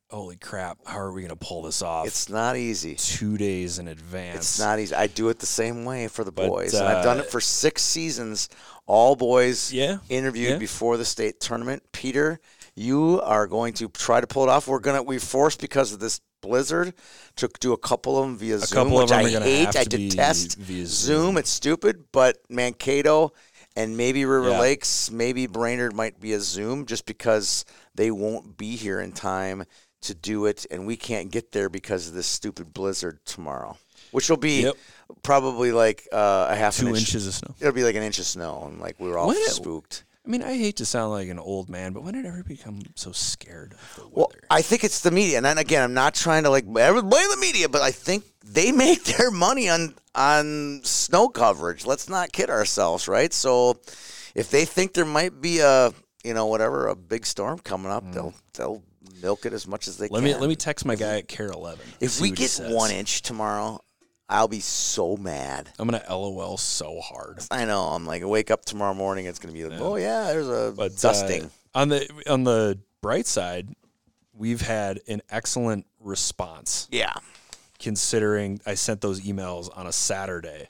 C: holy crap, how are we going to pull this off?
A: it's not easy.
C: two days in advance.
A: It's not easy. I do it the same way for the
C: But,
A: boys, and I've done it
C: uh,
A: for six seasons. All boys
C: Yeah,
A: interviewed
C: yeah.
A: before the state tournament. Peter, you are going to try to pull it off. We're gonna we forced because of this blizzard to do a couple of them via Zoom,
C: couple of
A: which
C: them
A: I
C: are gonna
A: hate.
C: have
A: I
C: to be
A: detest
C: via
A: Zoom.
C: Zoom.
A: It's stupid, but Mankato. And maybe River
C: Yeah.
A: Lakes, maybe Brainerd might be a Zoom just because they won't be here in time to do it, and we can't get there because of this stupid blizzard tomorrow, which will be
C: Yep.
A: probably like uh, a half
C: two
A: an inch.
C: inches of snow.
A: It'll be like an inch of snow, and like we were all
C: When it-
A: spooked.
C: I mean, I hate to sound like an old man, but when did everybody become so scared of the weather?
A: Well, I think it's the media, and then again, I'm not trying to like ever blame the media, but I think they make their money on on snow coverage. Let's not kid ourselves, right? So, if they think there might be a you know whatever a big storm coming up, they'll they'll milk it as much as they
C: Mm. let
A: can.
C: me let me text my guy at Care Eleven.
A: If
C: see
A: we
C: what he
A: get
C: says.
A: one inch tomorrow, I'll be so mad.
C: I'm gonna LOL so hard.
A: I know. I'm like, wake up tomorrow morning. It's gonna be like, oh yeah, there's a
C: But uh,
A: dusting.
C: on the on the bright side, we've had an excellent response
A: yeah,
C: considering I sent those emails on a Saturday,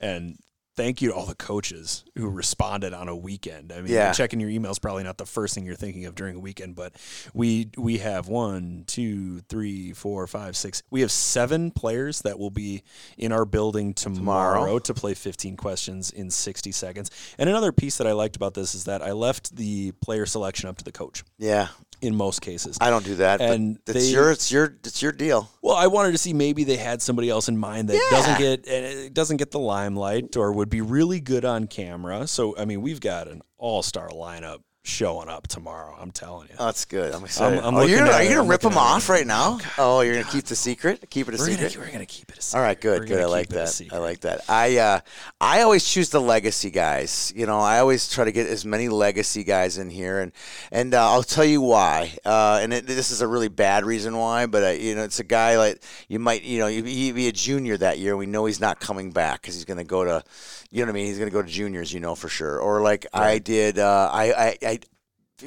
C: and thank you to all the coaches who responded on a weekend. I mean,
A: Yeah.
C: checking your emails probably not the first thing you're thinking of during a weekend, but we we have one, two, three, four, five, six. We have seven players that will be in our building tomorrow, to play 15 questions in 60 seconds. And another piece that I liked about this is that I left the player selection up to the coach
A: yeah.
C: in most cases.
A: I don't do that.
C: And
A: but it's
C: they-
A: your it's your it's your deal.
C: Well, I wanted to see maybe they had somebody else in mind that doesn't
A: Yeah.
C: get and it doesn't get the limelight or would be really good on camera. So I mean, we've got an all-star lineup showing up tomorrow. I'm telling you,
A: Oh, that's good. I'm excited.
C: I'm
A: oh, you're
C: looking
A: gonna,
C: at
A: are you
C: it.
A: gonna
C: I'm
A: rip
C: looking
A: them
C: at it.
A: off right now? Oh, you're gonna keep the secret? Keep it a
C: we're gonna,
A: secret?
C: we're gonna keep it. A secret.
A: All right,
C: We're
A: good, good.
C: gonna
A: I like
C: keep it a
A: that. I
C: secret.
A: like that. I uh, I always choose the legacy guys. You know, I always try to get as many legacy guys in here, and and uh, I'll tell you why. Uh, and it, this is a really bad reason why, but uh, you know, it's a guy like you might, you know, he'd be a junior that year. We know he's not coming back because he's going to go to, you know what I mean? He's going to go to juniors, you know for sure. Or like I did, uh, I, I I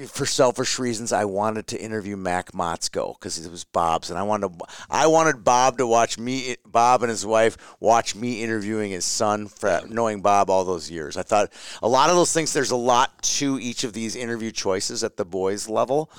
A: for selfish reasons, I wanted to interview Mac Motzko because it was Bob's, and I wanted to, I wanted Bob to watch me, Bob and his wife watch me interviewing his son, for knowing Bob all those years. I thought a lot of those things. There's a lot to each of these interview choices at the boys level,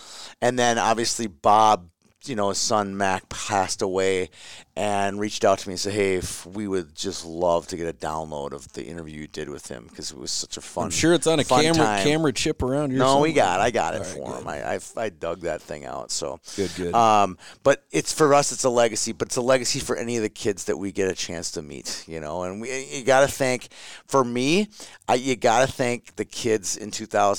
A: and then obviously Bob you know, his son Mac passed away and reached out to me and said, "Hey, if we would just love to get a download of the interview you did with him because it was such a fun."
C: I'm sure it's on a
A: fun
C: camera
A: time.
C: camera chip around here.
A: No,
C: somewhere.
A: we got. I got it
C: All right,
A: for
C: good.
A: him. I, I I dug that thing out. So
C: Good, good.
A: Um, but it's for us. It's a legacy. But it's a legacy for any of the kids that we get a chance to meet. You know, and we you got to thank. For me, I, you got to thank the kids in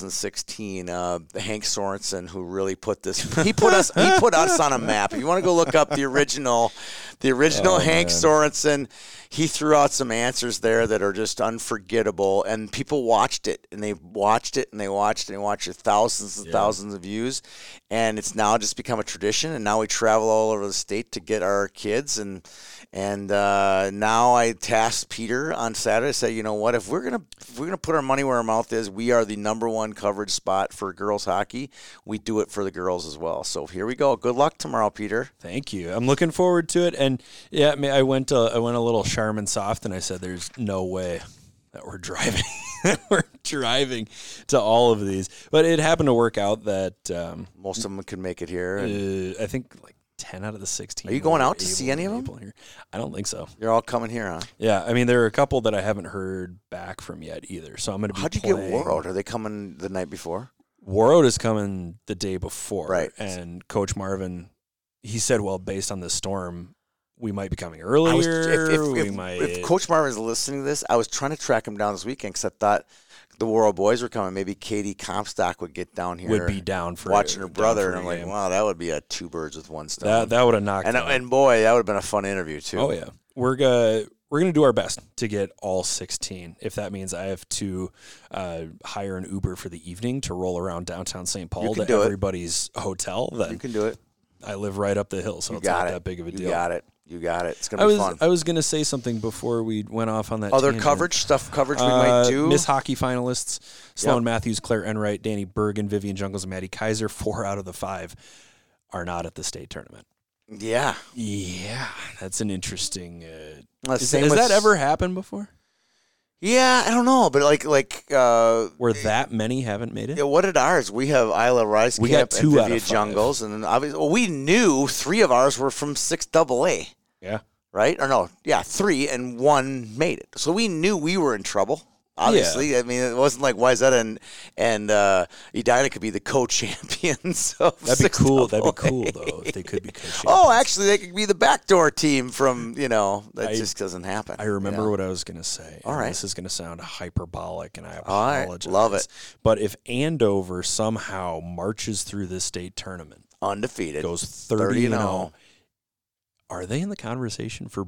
A: 2016. Uh, Hank Sorensen, who really put this. He put us. he put us on a map. If you want to go look up the original, the
C: Oh,
A: original Hank Sorensen. He threw out some answers there that are just unforgettable, and people watched it, and they watched it, and they watched it, and watched it, thousands and thousands of views, and it's now just become a tradition. And now we travel all over the state to get our kids, and and uh, now I tasked Peter on Saturday. I said, you know what? If we're gonna if we're gonna put our money where our mouth is, we are the number one coverage spot for girls hockey. We do it for the girls as well. So here we go. Good luck tomorrow, Peter.
C: Thank you. I'm looking forward to it. And yeah, I, mean, I went uh, I went a little Charmin soft, and I said, "There's no way that we're driving. that we're driving to all of these." But it happened to work out that um,
A: Most of them can make it here.
C: uh,
A: and-
C: I think like ten out of the sixteen.
A: Are you going
C: were
A: out to
C: able-
A: see any of 'em?
C: able Here. I don't think so.
A: You're all coming here, huh?
C: Yeah, I mean, there are a couple that I haven't heard back from yet either. So I'm gonna. Be
A: How'd you get
C: playing-
A: Warroad? Are they coming the night before?
C: Warroad is coming the day before,
A: Right.
C: And Coach Marvin, he said, "Well, based on the storm, we might be coming earlier.
A: I was- if, if,
C: we
A: if-
C: might."
A: if Coach Marvin's listening to this, I was trying to track him down this weekend because I thought the Warroad boys were coming. Maybe Katie Comstock would get down here.
C: would be down for
A: watching her
C: down
A: brother,
C: for
A: and I'm
C: a
A: like,
C: game.
A: wow, that would be a two birds with one stone.
C: that that would have knocked.
A: and
C: them.
A: and boy, that would have been a fun interview too.
C: oh yeah, we're gonna we're gonna do our best to get all sixteen. If that means I have to uh, hire an Uber for the evening to roll around downtown St. Paul
A: can
C: to
A: do it.
C: everybody's hotel, then
A: you can do it.
C: I live right up the hill, so
A: You
C: it's
A: got
C: not
A: it.
C: that big of a deal.
A: You got it. You got it. It's gonna
C: I
A: be
C: was
A: fun.
C: I was gonna say something before we went off on that.
A: Other
C: tangent.
A: coverage stuff, coverage we
C: Uh,
A: might do.
C: Miss Hockey finalists: Sloan Matthews, Claire Enright, Danny Bergen, Vivian Jungles, and Maddie Kaiser. Four out of the five are not at the state tournament.
A: yeah,
C: Yeah, that's an interesting. Uh,
A: Uh,
C: is,
A: same
C: has
A: with-
C: that ever happened before?
A: yeah. I don't know, but like like uh,
C: Where that many haven't made it?
A: Yeah, what did ours? We have Isla Rice
C: We got
A: and
C: two out of
A: Vivian
C: five.
A: Jungles, and then obviously well, we knew three of ours were from six double A,
C: Yeah,
A: right? Or no, yeah, three and one made it. So we knew we were in trouble. Obviously, I mean, it wasn't like why is that? And and uh, Edina could be the co-champions. Of
C: that'd be
A: six
C: cool. That'd be
A: AA.
C: cool though if they could be coaching.
A: Oh, actually, they could be the backdoor team from you know that
C: I-
A: just doesn't happen.
C: I
A: you
C: remember
A: know?
C: what I was going to say.
A: All
C: and
A: right.
C: This is going to sound hyperbolic, and I
A: All right,
C: apologize.
A: love it.
C: But if Andover somehow marches through this state tournament,
A: undefeated.
C: goes 30, and 0,
A: 0.
C: are they in the conversation for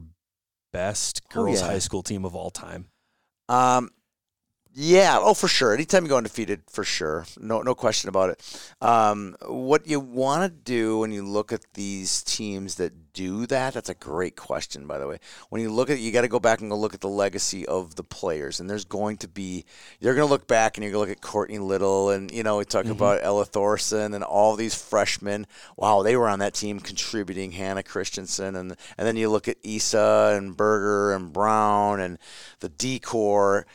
C: best girls
A: Oh, yeah.
C: high school team of all time?
A: Um, yeah. Oh, for sure. Anytime you go undefeated, for sure. No, no question about it. Um, what you want to do when you look at these teams that do that, that's a great question, by the way. When you look at, you got to go back and go look at the legacy of the players, and there's going to be, you're going to look back and you're going to look at Courtney Little, and you know we talk about Ella Thorson and all these freshmen. Wow, they were on that team contributing. Hannah Christensen, and and then you look at Issa and Berger and Brown and the decor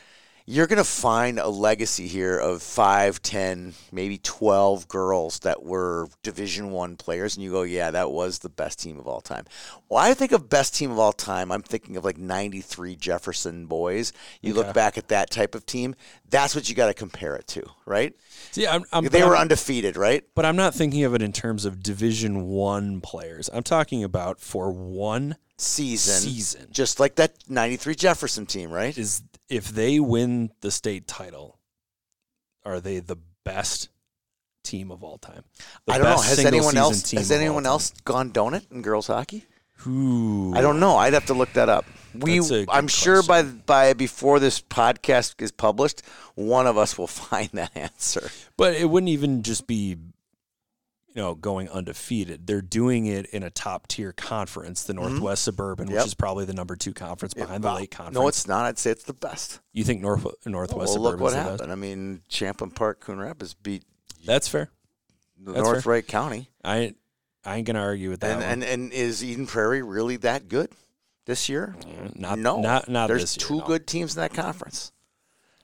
A: you're going to find a legacy here of 5 10 maybe 12 girls that were division 1 players and you go yeah that was the best team of all time well i think of best team of all time i'm thinking of like 93 jefferson boys you look back at that type of team that's what you got to compare it to right
C: See, I'm, I'm,
A: they
C: but
A: were
C: I'm-
A: undefeated right
C: but I'm not thinking of it in terms of Division One players. I'm talking about for one
A: season
C: Season.
A: just like that 93 jefferson team right
C: is if they win the state title, are they the best team of all time? The
A: i don't know
C: best
A: has
C: single
A: anyone
C: season
A: else
C: team
A: has
C: of all
A: anyone
C: time?
A: else gone donut in girls hockey
C: Ooh,
A: I don't know. I'd have to look that up. We,
C: That's a good
A: I'm sure by by before this podcast is published, one of us will find that answer.
C: But it wouldn't even just be, you know, going undefeated. They're doing it in a top tier conference, the Northwest Suburban,
A: Mm-hmm. Yep.
C: which is probably the number two conference behind the Lake Conference.
A: No, it's not. I'd say it's the best.
C: you think North Northwest
A: well, look
C: Suburban's
A: what
C: the best?
A: happened. I mean, Champlain Park Coon Rapids beat
C: That's fair. That's
A: North Wright County,
C: I I ain't gonna argue with that.
A: and,
C: one.
A: and and is Eden Prairie really that good this year?
C: not
A: no,
C: not not
A: There's
C: this year,
A: two
C: no.
A: good teams in that conference.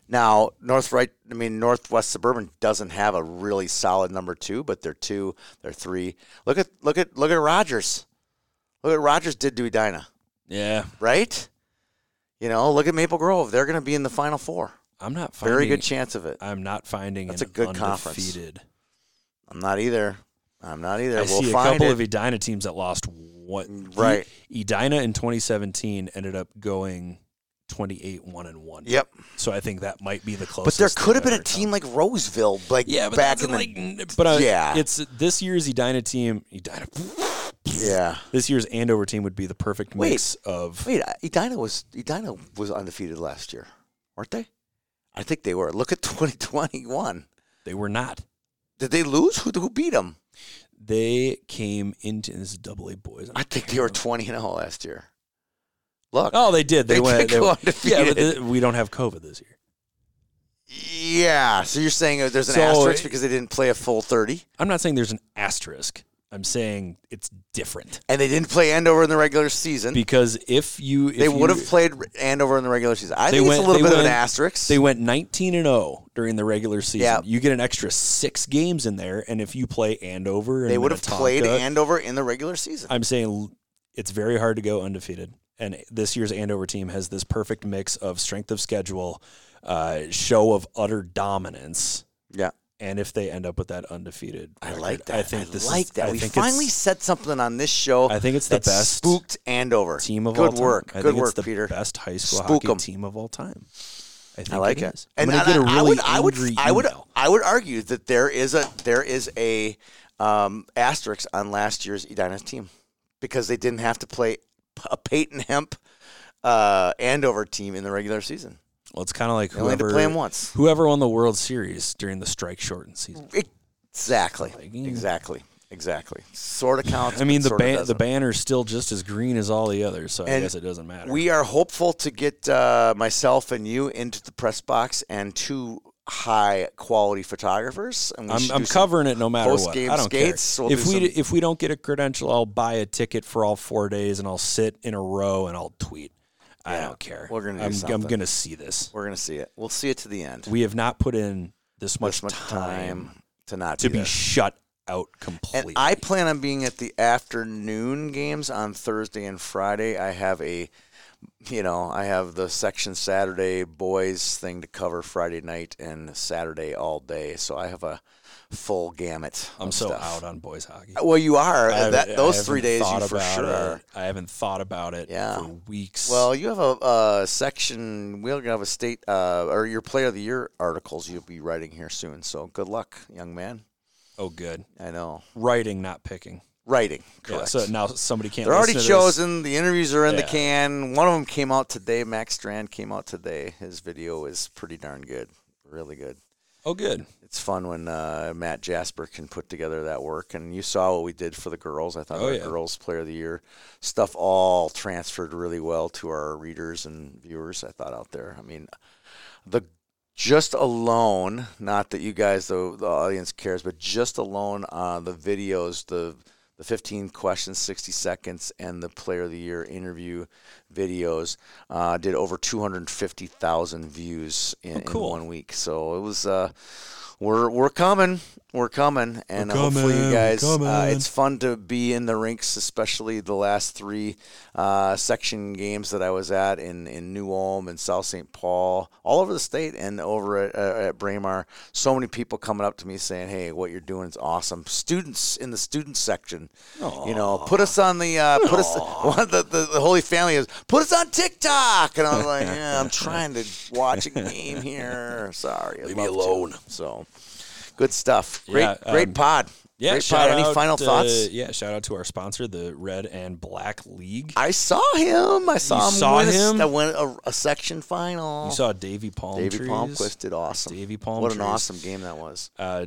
A: Now, North Wright, I mean Northwest Suburban doesn't have a really solid number two, but they're two, they're three. Look at look at look at Rogers. Look at Rogers did to Edina,
C: Yeah,
A: right? You know, look at Maple Grove. They're going to be in the Final Four.
C: I'm not finding,
A: Very good chance of it.
C: I'm not finding
A: That's
C: an
A: a good conference.
C: undefeated.
A: I'm not either. I'm not either.
C: I
A: we'll
C: see a
A: find
C: couple
A: it.
C: of Edina teams that lost one.
A: Right.
C: Edina in 2017 ended up going 28 one and one.
A: yep.
C: So I think that might be the
A: But
C: closest.
A: there could have
C: they've
A: been a
C: ever
A: team
C: come.
A: like Roseville, like
C: yeah, but
A: back
C: that's
A: in the
C: like, n- but uh,
A: Yeah.
C: it's this year's Edina team. Edina.
A: yeah.
C: This year's Andover team would be the perfect
A: Wait.
C: mix of.
A: Wait, I- Edina was Edina was undefeated last year, weren't they? I think they were. Look at 2021.
C: They were not.
A: Did they lose? Who who beat them?
C: They came into this is double A boys.
A: I think they were 20 and 0 last year. Look.
C: Oh, they did. They,
A: They did
C: went. They
A: go
C: went yeah,
A: undefeated.
C: but th- we don't have COVID this year.
A: Yeah. So you're saying uh, there's an
C: So
A: asterisk
C: it-
A: because they didn't play a full 30
C: I'm not saying there's an asterisk. I'm saying it's different
A: and they didn't play Andover in the regular season.
C: because if you if
A: they would
C: you-
A: have played Andover in the regular season. I
C: They
A: think
C: went-
A: it's a little
C: they
A: bit of an
C: went-
A: asterisk.
C: They went 19 and 0 during the regular season.
A: Yeah.
C: You get an extra six games in there, and if you play Andover, and
A: they would have
C: Minnetonka,
A: played Andover in the regular season.
C: I'm saying l- it's very hard to go undefeated. And this year's Andover team has this perfect mix of strength of schedule, uh, show of utter dominance.
A: Yeah.
C: And if they end up with that undefeated,
A: I
C: record,
A: like that.
C: I think this
A: like
C: is,
A: that.
C: I
A: we
C: think
A: finally
C: it's
A: said something on this show.
C: I think it's the
A: that
C: best
A: spooked Andover
C: team of
A: good
C: all time.
A: work.
C: I
A: good
C: think
A: work,
C: it's the
A: Peter.
C: Best high school
A: Spook
C: hockey
A: 'em.
C: team of all time. I, think
A: I like it.
C: is. I'm gonna
A: I-
C: get a
A: I
C: really
A: would, I would,
C: angry
A: I would,
C: email.
A: I would argue that there is a there is a um, asterisk on last year's Edina's team because they didn't have to play a Peyton Hemp uh, Andover team in the regular season.
C: Well, it's kind of like
A: They only had to
C: whoever
A: play them once. Mm.
C: whoever won the World Series during the strike shortened season.
A: Exactly.
C: mm.
A: Exactly. Exactly. Sort of counts.
C: I mean,
A: but
C: the
A: sorta
C: ban- the
A: doesn't.
C: banner's still just as green as all the others, so I
A: And
C: guess it doesn't matter.
A: We are hopeful to get uh, myself and you into the press box and two high quality photographers. And we
C: I'm,
A: should
C: I'm
A: do some-
C: covering it no matter what.
A: post-game
C: I don't
A: skates.
C: care.
A: We'll
C: if
A: do
C: we
A: some-
C: if we don't get a credential, I'll buy a ticket for all four days and I'll sit in a row and I'll tweet. I
A: Yeah,
C: don't care.
A: we're gonna do
C: I'm, I'm
A: something.
C: gonna see this.
A: We're gonna see it. We'll see it to the end.
C: We have not put in this much,
A: This much
C: time,
A: time to not
C: to
A: do
C: be
A: that.
C: shut out
A: And
C: completely.
A: I plan on being at the afternoon games on Thursday and Friday. I have a, you know, I have the section Saturday boys thing to cover Friday night and Saturday all day. So I have a full gamut.
C: am
A: of
C: so
A: stuff.
C: out on boys hockey.
A: Well, you are.
C: I haven't-
A: That,
C: I
A: those
C: haven't
A: three days,
C: thought
A: you for
C: about
A: sure.
C: it. I haven't thought about it
A: Yeah.
C: for weeks.
A: Well, you have a, a section. We're gonna have a state uh, or your player of the year articles you'll be writing here soon. So good luck, young man.
C: oh, good
A: I know
C: writing, not picking.
A: writing.
C: Yeah,
A: Correct.
C: so now somebody can't.
A: They're already
C: listen to this.
A: chosen. The interviews are in the
C: Yeah.
A: can. One of them came out today. Max Strand came out today. His video is pretty darn good. Really good.
C: Oh, good.
A: It's fun when uh, Matt Jasper can put together that work. And you saw what we did for the girls. I thought
C: Oh,
A: our
C: yeah.
A: girls player of the year stuff all transferred really well to our readers and viewers. I thought out there. I mean, the just alone, not that you guys, the, the audience cares, but just alone on the videos, the the 15 questions, 60 seconds, and the player of the year interview videos uh, did over 250,000 views in,
C: Oh, cool.
A: in one week. So it was, uh, we're we're coming, we're coming, and hopefully
C: coming,
A: you
C: we're
A: guys, uh,
C: coming.
A: it's fun to be in the rinks, especially the last three uh, section games that I was at in, in New Ulm and South St. Paul, all over the state and over at, uh, at Braemar. So many people coming up to me saying, "Hey, what you're doing is awesome." Students in the student section, you know, put us on the uh, put us one, the, the the Holy Family is put us on TikTok, and I was like, "Yeah, I'm trying to watch a game here. Sorry, I'd
C: Leave me
A: love to."
C: alone.
A: So. Good stuff. Great,
C: Yeah,
A: great
C: um,
A: pod.
C: Yeah,
A: great
C: shout
A: pod. Any
C: out,
A: final
C: uh,
A: thoughts?
C: Yeah, shout out to our sponsor, the Red and Black League.
A: I saw him. I saw
C: You
A: him.
C: saw
A: win
C: him?
A: A, I went a, a section final.
C: You saw Davy Palm
A: Davey
C: trees.
A: Palmquist did awesome.
C: Davey Palm
A: What an
C: trees.
A: awesome game that was.
C: Uh,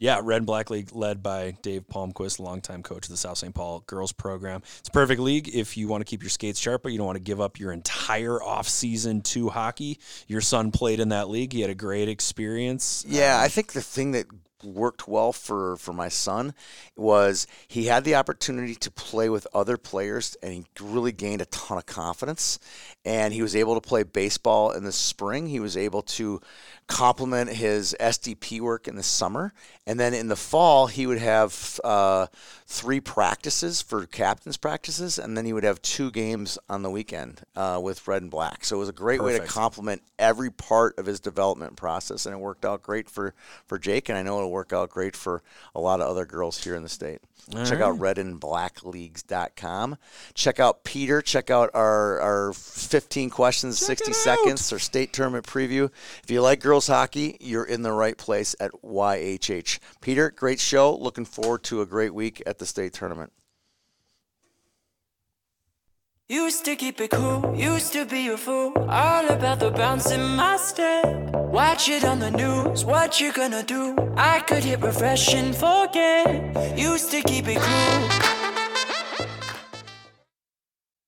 C: yeah, Red and Black League led by Dave Palmquist, longtime coach of the South St. Paul girls program. It's a perfect league if you want to keep your skates sharp, but you don't want to give up your entire offseason to hockey. Your son played in that league. He had a great experience.
A: Yeah, I think the thing that worked well for for my son was he had the opportunity to play with other players and he really gained a ton of confidence and he was able to play baseball in the spring he was able to complement his SDP work in the summer and then in the fall he would have uh, three practices for captain's practices and then he would have two games on the weekend uh, with red and black so it was a great way to
C: Perfect.
A: complement every part of his development process and it worked out great for for Jake and I know it'll work out great for a lot of other girls here in the state. check out redandblackleagues.com. Check out Peter, check out our our 15 questions 60 seconds or state tournament preview. If you like girls hockey, you're in the right place at YHH. Peter, great show. Looking forward to a great week at the state tournament.
B: Used to keep it cool, used to be a fool. All about the bounce in my step. Watch it on the news, what you gonna do? I could hit refresh and forget. Used to keep it cool,